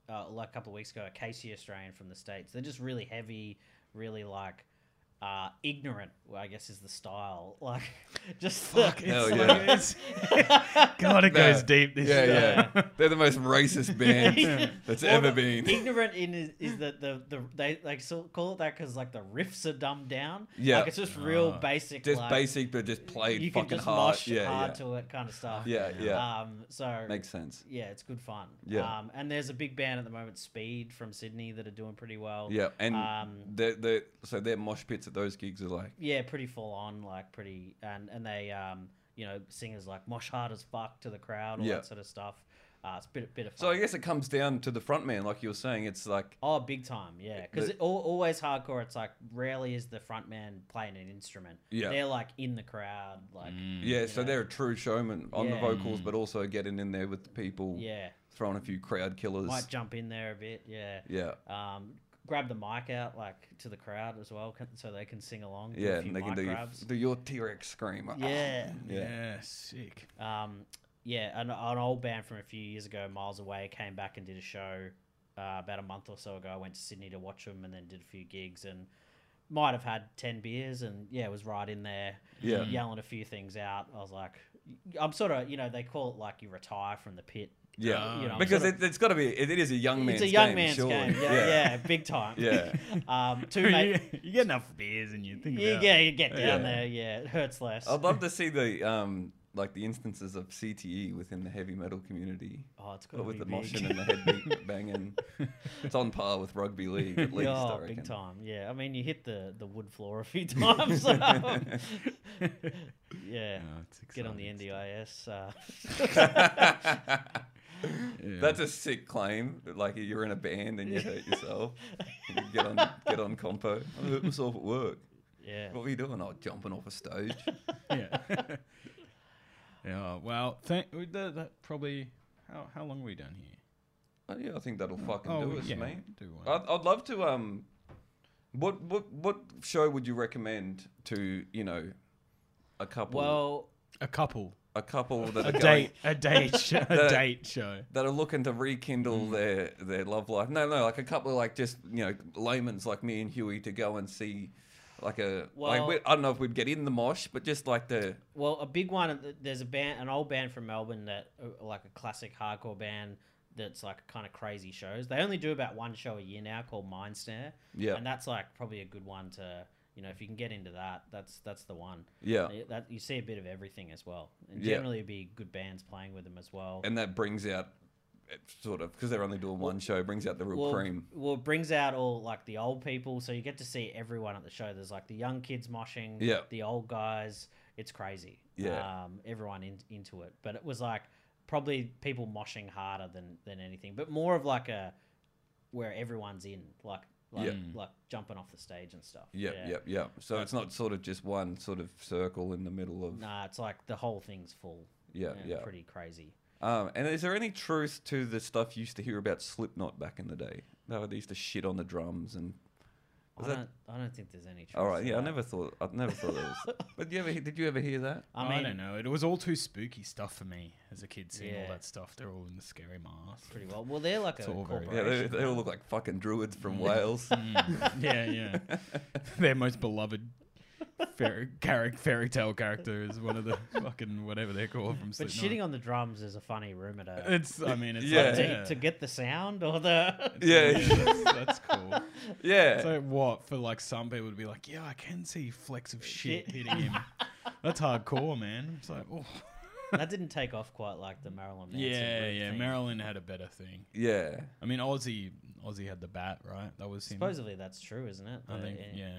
Speaker 3: uh, like a couple of weeks ago, a Casey Australian from the States. They're just really heavy, really like uh, ignorant, well, I guess is the style. (laughs) Like, just. (laughs)
Speaker 1: Fuck,
Speaker 3: the-
Speaker 2: Hell
Speaker 1: it's
Speaker 2: yeah.
Speaker 1: like, (laughs) it's,
Speaker 2: (laughs)
Speaker 3: (laughs)
Speaker 1: God, it
Speaker 2: No.
Speaker 1: goes deep. This
Speaker 2: Yeah,
Speaker 1: stuff.
Speaker 2: yeah. They're the most racist
Speaker 3: (laughs)
Speaker 2: band that's
Speaker 3: Well,
Speaker 2: ever
Speaker 3: the-
Speaker 2: been.
Speaker 3: Ignorant in is, is that the, the they like so call it that because like the riffs are dumbed down.
Speaker 2: Yeah.
Speaker 3: like it's just real
Speaker 1: Ah.
Speaker 3: basic.
Speaker 2: Just
Speaker 3: like,
Speaker 2: basic, but just played
Speaker 3: You
Speaker 2: fucking
Speaker 3: can just
Speaker 2: hard.
Speaker 3: mosh
Speaker 2: yeah,
Speaker 3: hard
Speaker 2: yeah.
Speaker 3: to it, kind of stuff.
Speaker 2: yeah, yeah.
Speaker 3: Um. So
Speaker 2: Makes sense.
Speaker 3: yeah, it's good fun.
Speaker 2: Yeah.
Speaker 3: Um, and there's a big band at the moment, Speed from Sydney, that are doing pretty well.
Speaker 2: Yeah, and
Speaker 3: Um,
Speaker 2: they're, they're, so their mosh pits at those gigs are like,
Speaker 3: Yeah, pretty full on, like pretty, and and they um, you know, singers like mosh hard as fuck to the crowd, all
Speaker 2: Yeah.
Speaker 3: that sort of stuff. Uh, it's a bit bit of fun.
Speaker 2: So I guess it comes down to the front man, like you were saying. It's like,
Speaker 3: Oh, big time, yeah. Because always hardcore, it's like rarely is the front man playing an instrument.
Speaker 2: Yeah. Mm.
Speaker 3: they're like in the crowd, like
Speaker 2: yeah, so
Speaker 3: Yeah.
Speaker 2: they're a true showman on the
Speaker 3: Yeah.
Speaker 2: vocals, but also getting in there with the people,
Speaker 3: yeah,
Speaker 2: throwing a few crowd killers.
Speaker 3: might jump in there a bit, yeah.
Speaker 2: Yeah,
Speaker 3: Um, grab the mic out like to the crowd as well, can, so they can sing along. do a
Speaker 2: yeah,
Speaker 3: few
Speaker 2: and they can
Speaker 3: mic
Speaker 2: do, your-
Speaker 3: grabs.
Speaker 2: do your T Rex scream.
Speaker 3: Yeah.
Speaker 2: yeah.
Speaker 1: (laughs) Yeah, sick.
Speaker 3: Um, yeah, an, an old band from a few years ago, Miles Away, came back and did a show uh, about a month or so ago. I went to Sydney to watch them and then did a few gigs and might have had 10 beers and yeah, was right in there
Speaker 2: Yeah.
Speaker 3: yelling a few things out. I was like, I'm sort of, you know, they call it like you retire from the pit.
Speaker 2: Yeah,
Speaker 1: you know, I'm
Speaker 2: because
Speaker 3: sort of-
Speaker 2: it, it's got to be. It, it is a young man's.
Speaker 3: It's a young
Speaker 2: game,
Speaker 3: man's
Speaker 2: surely.
Speaker 3: game. Yeah, yeah, big time.
Speaker 2: Yeah.
Speaker 3: (laughs) um,
Speaker 1: (laughs)
Speaker 3: two
Speaker 1: You,
Speaker 3: mate.
Speaker 1: you get enough beers and you think
Speaker 3: Yeah,
Speaker 1: about
Speaker 3: yeah, you get down
Speaker 2: Yeah.
Speaker 3: there. Yeah, it hurts less.
Speaker 2: I'd love to see the um like the instances of CTE within the heavy metal community
Speaker 3: oh, it's got
Speaker 2: but
Speaker 3: to
Speaker 2: with the
Speaker 3: be big. (laughs)
Speaker 2: motion and the head beat banging. It's on par with rugby league at least.
Speaker 3: (laughs) Yeah,
Speaker 2: I reckon.
Speaker 3: big time. Yeah, I mean, you hit the, the wood floor a few (laughs) times. so, yeah,
Speaker 1: Oh, it's
Speaker 3: get on the
Speaker 1: exciting.
Speaker 3: NDIS. Uh,
Speaker 2: (laughs)
Speaker 3: (laughs)
Speaker 1: Yeah.
Speaker 2: That's a sick claim. that, Like you're in a band and you hurt yourself. You get on, get on compo. I hurt myself at work.
Speaker 3: yeah,
Speaker 2: What were you doing? Oh, jumping off a stage.
Speaker 1: yeah. (laughs) yeah. oh, Well, thank. we- That, that probably. How how long are we down here?
Speaker 2: Oh, yeah, I think that'll fucking
Speaker 1: oh,
Speaker 2: do us,
Speaker 1: yeah,
Speaker 2: mate.
Speaker 1: Do one.
Speaker 2: I'd, I'd love to. Um, what what what show would you recommend to you know a couple?
Speaker 3: Well,
Speaker 1: a couple.
Speaker 2: a
Speaker 1: (laughs)
Speaker 2: couple that
Speaker 1: A
Speaker 2: are going,
Speaker 1: date. A date. Show, a
Speaker 2: That-
Speaker 1: date show.
Speaker 2: that are looking to rekindle
Speaker 1: Mm.
Speaker 2: their their love life. No, no, like a couple of like just you know layman's like me and Huey to go and see. Like a, like
Speaker 3: Well-
Speaker 2: we, I don't know if we'd get in the mosh, but just like the
Speaker 3: well, a big one. th- There's a band, an old band from Melbourne that, uh, like a classic hardcore band, that's like kind of crazy shows. They only do about one show a year now, called Mind Snare.
Speaker 2: Yeah.
Speaker 3: and that's like probably a good one to, you know, if you can get into that, that's that's the one.
Speaker 2: yeah,
Speaker 3: Yeah, That you see a bit of everything as well, and
Speaker 2: Yeah.
Speaker 3: generally it'd be good bands playing with them as well.
Speaker 2: and that brings out it sort of because they're only doing one show, brings out the real
Speaker 3: well,
Speaker 2: cream.
Speaker 3: well, it brings out all like the old people, so you get to see everyone at the show. There's like the young kids moshing,
Speaker 2: Yeah.
Speaker 3: the old guys. It's crazy.
Speaker 2: Yeah.
Speaker 3: um, everyone in, into it. But it was like probably people moshing harder than than anything, but more of like a where everyone's in, like like
Speaker 2: Yeah.
Speaker 3: like jumping off the stage and stuff.
Speaker 2: Yep, yep, yep. So it's not sort of just one sort of circle in the middle of
Speaker 3: Nah, it's like the whole thing's full.
Speaker 2: Yeah,
Speaker 3: and
Speaker 2: yeah.
Speaker 3: Pretty crazy.
Speaker 2: Um, and is there any truth to the stuff you used to hear about Slipknot back in the day? How they used to shit on the drums and
Speaker 3: I
Speaker 2: that-
Speaker 3: don't. I don't think there's any. Truth
Speaker 2: All right,
Speaker 3: to
Speaker 2: yeah, I
Speaker 3: that.
Speaker 2: never thought, I never thought that
Speaker 1: (laughs)
Speaker 2: was. But you ever, he- did you ever hear that?
Speaker 1: I,
Speaker 3: I mean,
Speaker 1: don't know. It was all too spooky stuff for me as a kid seeing all
Speaker 3: Yeah.
Speaker 1: that stuff. They're all in the scary mask.
Speaker 3: pretty well. Well, they're like a
Speaker 1: It's all very-
Speaker 3: corporation.
Speaker 2: Yeah, they, they all look like fucking druids
Speaker 1: (laughs)
Speaker 2: from Wales. (laughs)
Speaker 1: Mm. yeah, yeah. (laughs) Their most beloved fairy, char- fairy tale character is one of the fucking whatever they're called from.
Speaker 3: but shitting on the drums is a funny rumor to,
Speaker 1: It's. I mean, it's
Speaker 2: Yeah.
Speaker 1: like,
Speaker 3: to,
Speaker 1: Uh, yeah.
Speaker 3: to get the sound or the. (laughs)
Speaker 2: Yeah.
Speaker 1: that's, that's cool.
Speaker 2: yeah.
Speaker 1: So what for? Like some people would be like, "Yeah, I can see flecks of shit hitting him." That's hardcore, man. It's like, oh.
Speaker 3: that didn't take off quite like the Marilyn Manson.
Speaker 1: yeah,
Speaker 3: group
Speaker 1: yeah.
Speaker 3: thing.
Speaker 1: Marilyn had a better thing.
Speaker 2: yeah.
Speaker 1: I mean, Aussie, Aussie had the bat, right? That was him.
Speaker 3: Supposedly that's true, isn't it?
Speaker 1: I
Speaker 3: The-
Speaker 1: think, yeah. (laughs)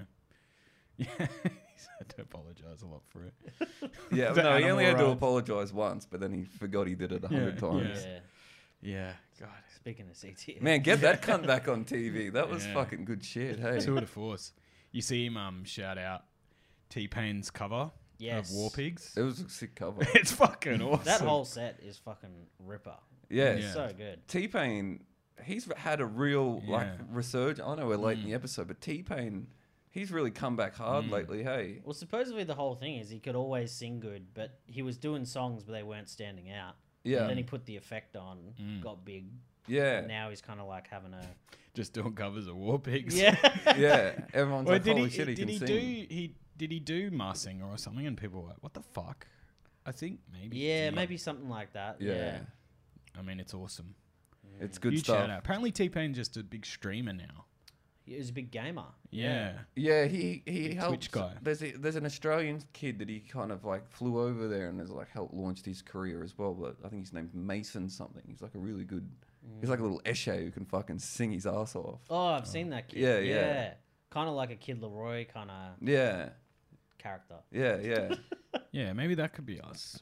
Speaker 1: Yeah, (laughs) he's had to apologize a lot for it.
Speaker 2: Yeah,
Speaker 1: The
Speaker 2: no, he
Speaker 1: animal
Speaker 2: only had to
Speaker 1: rights.
Speaker 2: apologize once, but then he forgot he did it a hundred
Speaker 1: Yeah,
Speaker 2: times.
Speaker 3: yeah.
Speaker 1: yeah. Yeah, God,
Speaker 3: Speaking of CTS,
Speaker 2: Man, get that cunt back on TV. That was
Speaker 1: Yeah.
Speaker 2: fucking good shit. Hey,
Speaker 1: tour de force. You see him um shout out T Pain's cover
Speaker 3: Yes.
Speaker 1: of War Pigs.
Speaker 2: it was a sick cover.
Speaker 1: (laughs) It's fucking awesome.
Speaker 3: that whole set is fucking ripper.
Speaker 2: Yeah,
Speaker 1: Yeah.
Speaker 3: So good.
Speaker 2: T Pain, he's had a real like
Speaker 1: Yeah. Mm.
Speaker 2: resurgence. I know we're late in the episode, but T Pain, he's really come back hard lately. Hey,
Speaker 3: Well, supposedly the whole thing is he could always sing good, but he was doing songs, but they weren't standing out.
Speaker 2: Yeah.
Speaker 3: And then he put the effect on,
Speaker 1: Mm.
Speaker 3: got big.
Speaker 2: yeah,
Speaker 1: (laughs)
Speaker 3: Now he's kind of like having a.
Speaker 1: just doing covers of War Pigs.
Speaker 3: Yeah. (laughs)
Speaker 2: yeah.
Speaker 1: (laughs)
Speaker 2: Everyone's
Speaker 1: Well,
Speaker 2: like,
Speaker 1: did
Speaker 2: holy
Speaker 1: he,
Speaker 2: shit, he
Speaker 1: did
Speaker 2: can
Speaker 1: he
Speaker 2: sing.
Speaker 1: do he did he do Ma Singer or something? And people were like, "What the fuck?" I think maybe. he
Speaker 3: yeah,
Speaker 1: did.
Speaker 3: maybe something like that.
Speaker 2: yeah.
Speaker 3: Yeah.
Speaker 1: I mean, it's awesome.
Speaker 2: it's good
Speaker 1: Huge
Speaker 2: stuff.
Speaker 1: shout out. Apparently, T Pain just a big streamer now.
Speaker 3: He was a big gamer.
Speaker 1: Yeah.
Speaker 2: Yeah, he he
Speaker 1: Twitch
Speaker 2: helped.
Speaker 1: guy.
Speaker 2: There's a, there's an Australian kid that he kind of like flew over there and has like helped launched his career as well. But I think his name's Mason something. He's like a really good.
Speaker 1: Mm.
Speaker 2: He's like a little Eshe who can fucking sing his ass off.
Speaker 3: Oh, I've seen that kid.
Speaker 2: Yeah,
Speaker 3: Yeah,
Speaker 2: yeah.
Speaker 3: yeah. Kind of like a Kid Leroy kind of
Speaker 2: Yeah,
Speaker 3: character.
Speaker 2: yeah,
Speaker 1: (laughs)
Speaker 2: yeah,
Speaker 1: yeah, Maybe that could be us.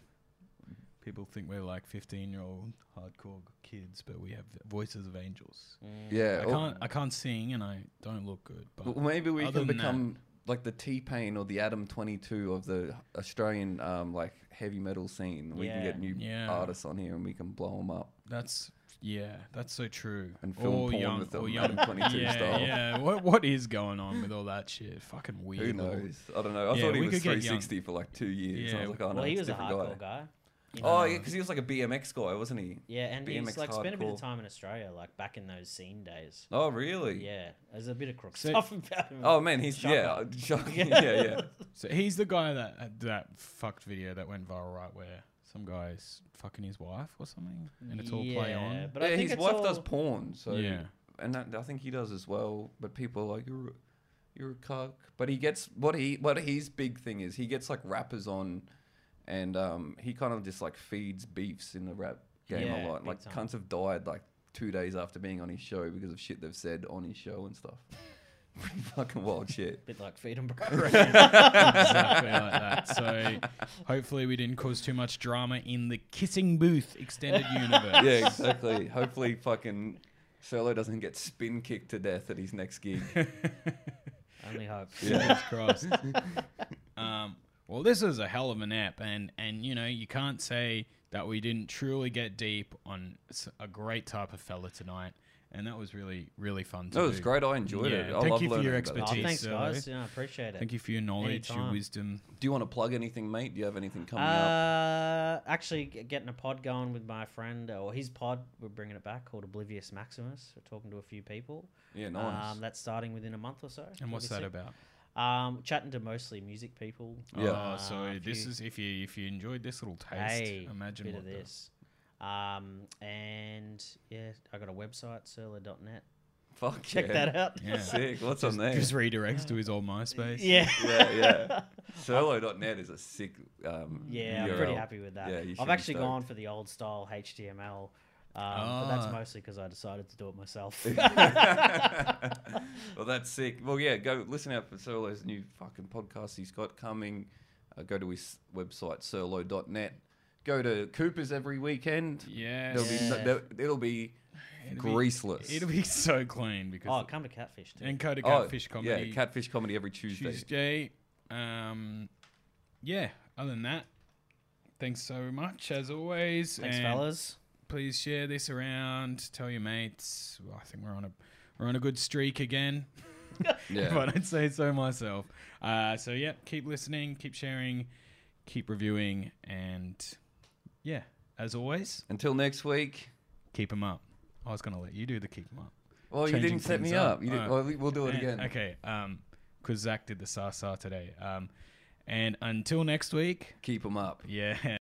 Speaker 1: People think we're like fifteen-year-old hardcore kids, but we have voices of angels.
Speaker 2: yeah. oh.
Speaker 1: I
Speaker 2: Or-
Speaker 1: can't. I can't sing, and I don't look good. But
Speaker 2: Well, maybe we
Speaker 1: Other
Speaker 2: can
Speaker 1: than that-
Speaker 2: become like the T Pain or the Adam Twenty Two of the Australian um, like heavy metal scene. We can
Speaker 3: Yeah.
Speaker 2: get new
Speaker 1: Yeah.
Speaker 2: artists on here and we can blow them up.
Speaker 1: That's yeah, that's so true.
Speaker 2: And film porn with them, (laughs) Adam 22
Speaker 1: yeah,
Speaker 2: style.
Speaker 1: yeah. What what is going on with all that shit? Fucking weird.
Speaker 2: Who
Speaker 1: little-
Speaker 2: knows? I don't know. I
Speaker 1: Yeah,
Speaker 2: thought he
Speaker 1: we
Speaker 2: was
Speaker 1: could get young.
Speaker 2: 360 for like two years. and I
Speaker 1: Yeah.
Speaker 2: was like, oh no,
Speaker 3: well, he
Speaker 2: it's
Speaker 3: was a
Speaker 2: different guy.
Speaker 3: hardcore guy. you know?
Speaker 2: Oh, yeah, because he was like a BMX guy, wasn't he?
Speaker 3: Yeah, and
Speaker 2: BMX
Speaker 3: he's like spent a bit
Speaker 2: hardcore.
Speaker 3: of time in Australia, like back in those scene days.
Speaker 2: Oh, really?
Speaker 3: Yeah, there's a bit of crook
Speaker 1: So-
Speaker 3: stuff (laughs) about him.
Speaker 2: Oh man, he's
Speaker 3: Shocker.
Speaker 2: yeah, (laughs)
Speaker 3: (laughs)
Speaker 2: shocking. yeah, yeah.
Speaker 1: So he's the guy that uh, that fucked video that went viral, right? Where some guy's fucking his wife or something, and it's all play
Speaker 3: Yeah,
Speaker 1: on.
Speaker 3: But I
Speaker 2: yeah,
Speaker 3: think
Speaker 2: his
Speaker 3: it's
Speaker 2: wife
Speaker 3: all...
Speaker 2: does porn, so
Speaker 1: Yeah.
Speaker 2: and that, I think he does as well. But people are like, you're, a- you're a cuck. But he gets what he what his big thing is. He gets like rappers on, and um, he kind of just like feeds beefs in the rap game a
Speaker 3: Yeah,
Speaker 2: lot.
Speaker 3: big
Speaker 2: Like
Speaker 3: time.
Speaker 2: cunts have died like two days after being on his show because of shit they've said on his show and stuff. Pretty fucking wild shit.
Speaker 3: bit like feed and
Speaker 2: (laughs)
Speaker 3: bro.
Speaker 1: exactly like that. So hopefully we didn't cause too much drama in the kissing booth
Speaker 3: (laughs)
Speaker 1: extended universe.
Speaker 2: yeah, exactly. Hopefully, fucking Solo doesn't get spin kicked to death at his next gig.
Speaker 3: (laughs) Only hope.
Speaker 1: Jesus Christ. (laughs) um, well, this is a hell of an app, and and you know you can't say that we didn't truly get deep on s- a great type of fella tonight, and that was really really fun. To
Speaker 2: No, it was
Speaker 1: do.
Speaker 2: great. I enjoyed it.
Speaker 1: Yeah,
Speaker 2: I
Speaker 1: thank
Speaker 2: love
Speaker 1: you for your
Speaker 2: learning about it.
Speaker 3: Oh,
Speaker 1: Jeez,
Speaker 3: thanks,
Speaker 1: uh,
Speaker 3: guys. Yeah, I appreciate it.
Speaker 1: Thank you for your knowledge, your
Speaker 3: Anytime.
Speaker 1: wisdom.
Speaker 2: Do you want to plug anything, mate? Do you have anything coming up?
Speaker 3: Uh, actually, g- getting a pod going with my friend or his pod. We're bringing it back called Oblivious Maximus. We're talking to a few people.
Speaker 2: Yeah, nice.
Speaker 3: Um, that's starting within a month or so.
Speaker 1: And what's that
Speaker 3: Obviously.
Speaker 1: about?
Speaker 3: Um, chatting to mostly music people.
Speaker 2: Yeah.
Speaker 1: Oh, so
Speaker 3: Uh, if
Speaker 1: this
Speaker 3: you-
Speaker 1: is if you if you enjoyed this little taste,
Speaker 3: Hey,
Speaker 1: imagine
Speaker 3: bit
Speaker 1: what
Speaker 3: of
Speaker 1: the-
Speaker 3: this. Um, and yeah, I got a website, serla.net.
Speaker 2: Fuck
Speaker 3: Check
Speaker 2: yeah.
Speaker 3: that out. (laughs)
Speaker 1: Yeah.
Speaker 2: Sick. What's on there?
Speaker 1: Just redirects to his old MySpace.
Speaker 3: Yeah.
Speaker 2: yeah,
Speaker 3: (laughs)
Speaker 2: yeah. Solo.net is a sick. Um,
Speaker 3: Yeah,
Speaker 2: URL.
Speaker 3: I'm
Speaker 2: (laughs)
Speaker 3: pretty happy with that.
Speaker 2: Yeah, you should
Speaker 3: I've
Speaker 2: be
Speaker 3: actually
Speaker 2: stoked.
Speaker 3: gone for the old style HTML, um, but that's
Speaker 1: Ah.
Speaker 3: mostly because I decided to do
Speaker 2: (laughs)
Speaker 3: it myself.
Speaker 2: well, that's sick. Well, yeah, go listen out for Serlo's new fucking podcast he's got coming. Uh, go to his website, serlo.net. Go to Cooper's every weekend.
Speaker 1: Yes.
Speaker 2: There'll be no-
Speaker 3: Yeah.
Speaker 2: there- it'll be
Speaker 1: It'll be-
Speaker 2: greaseless.
Speaker 1: It'll be so clean because
Speaker 3: oh, come to Catfish too.
Speaker 1: and Coda
Speaker 2: Oh,
Speaker 1: Catfish comedy.
Speaker 2: Yeah, catfish comedy every Tuesday.
Speaker 1: Tuesday. Um, yeah. Other than that, thanks so much as always.
Speaker 3: Thanks,
Speaker 1: and
Speaker 3: fellas.
Speaker 1: Please share this around. Tell your mates. Well, I think we're on a we're on a good streak again. (laughs)
Speaker 2: Yeah.
Speaker 1: if I don't say so myself. Uh, so yeah, keep listening, keep sharing, keep reviewing, and yeah, as always,
Speaker 2: Until next week.
Speaker 1: keep them up. I was gonna let you do the keep them up.
Speaker 2: Well, you
Speaker 1: Changing
Speaker 2: didn't set
Speaker 1: things
Speaker 2: me
Speaker 1: up.
Speaker 2: up. You did,
Speaker 1: Oh.
Speaker 2: well, we- we'll do it
Speaker 1: And-
Speaker 2: again.
Speaker 1: Okay, um, because Zach did the sa sa today. Um, and until next week,
Speaker 2: Keep them up.
Speaker 1: yeah.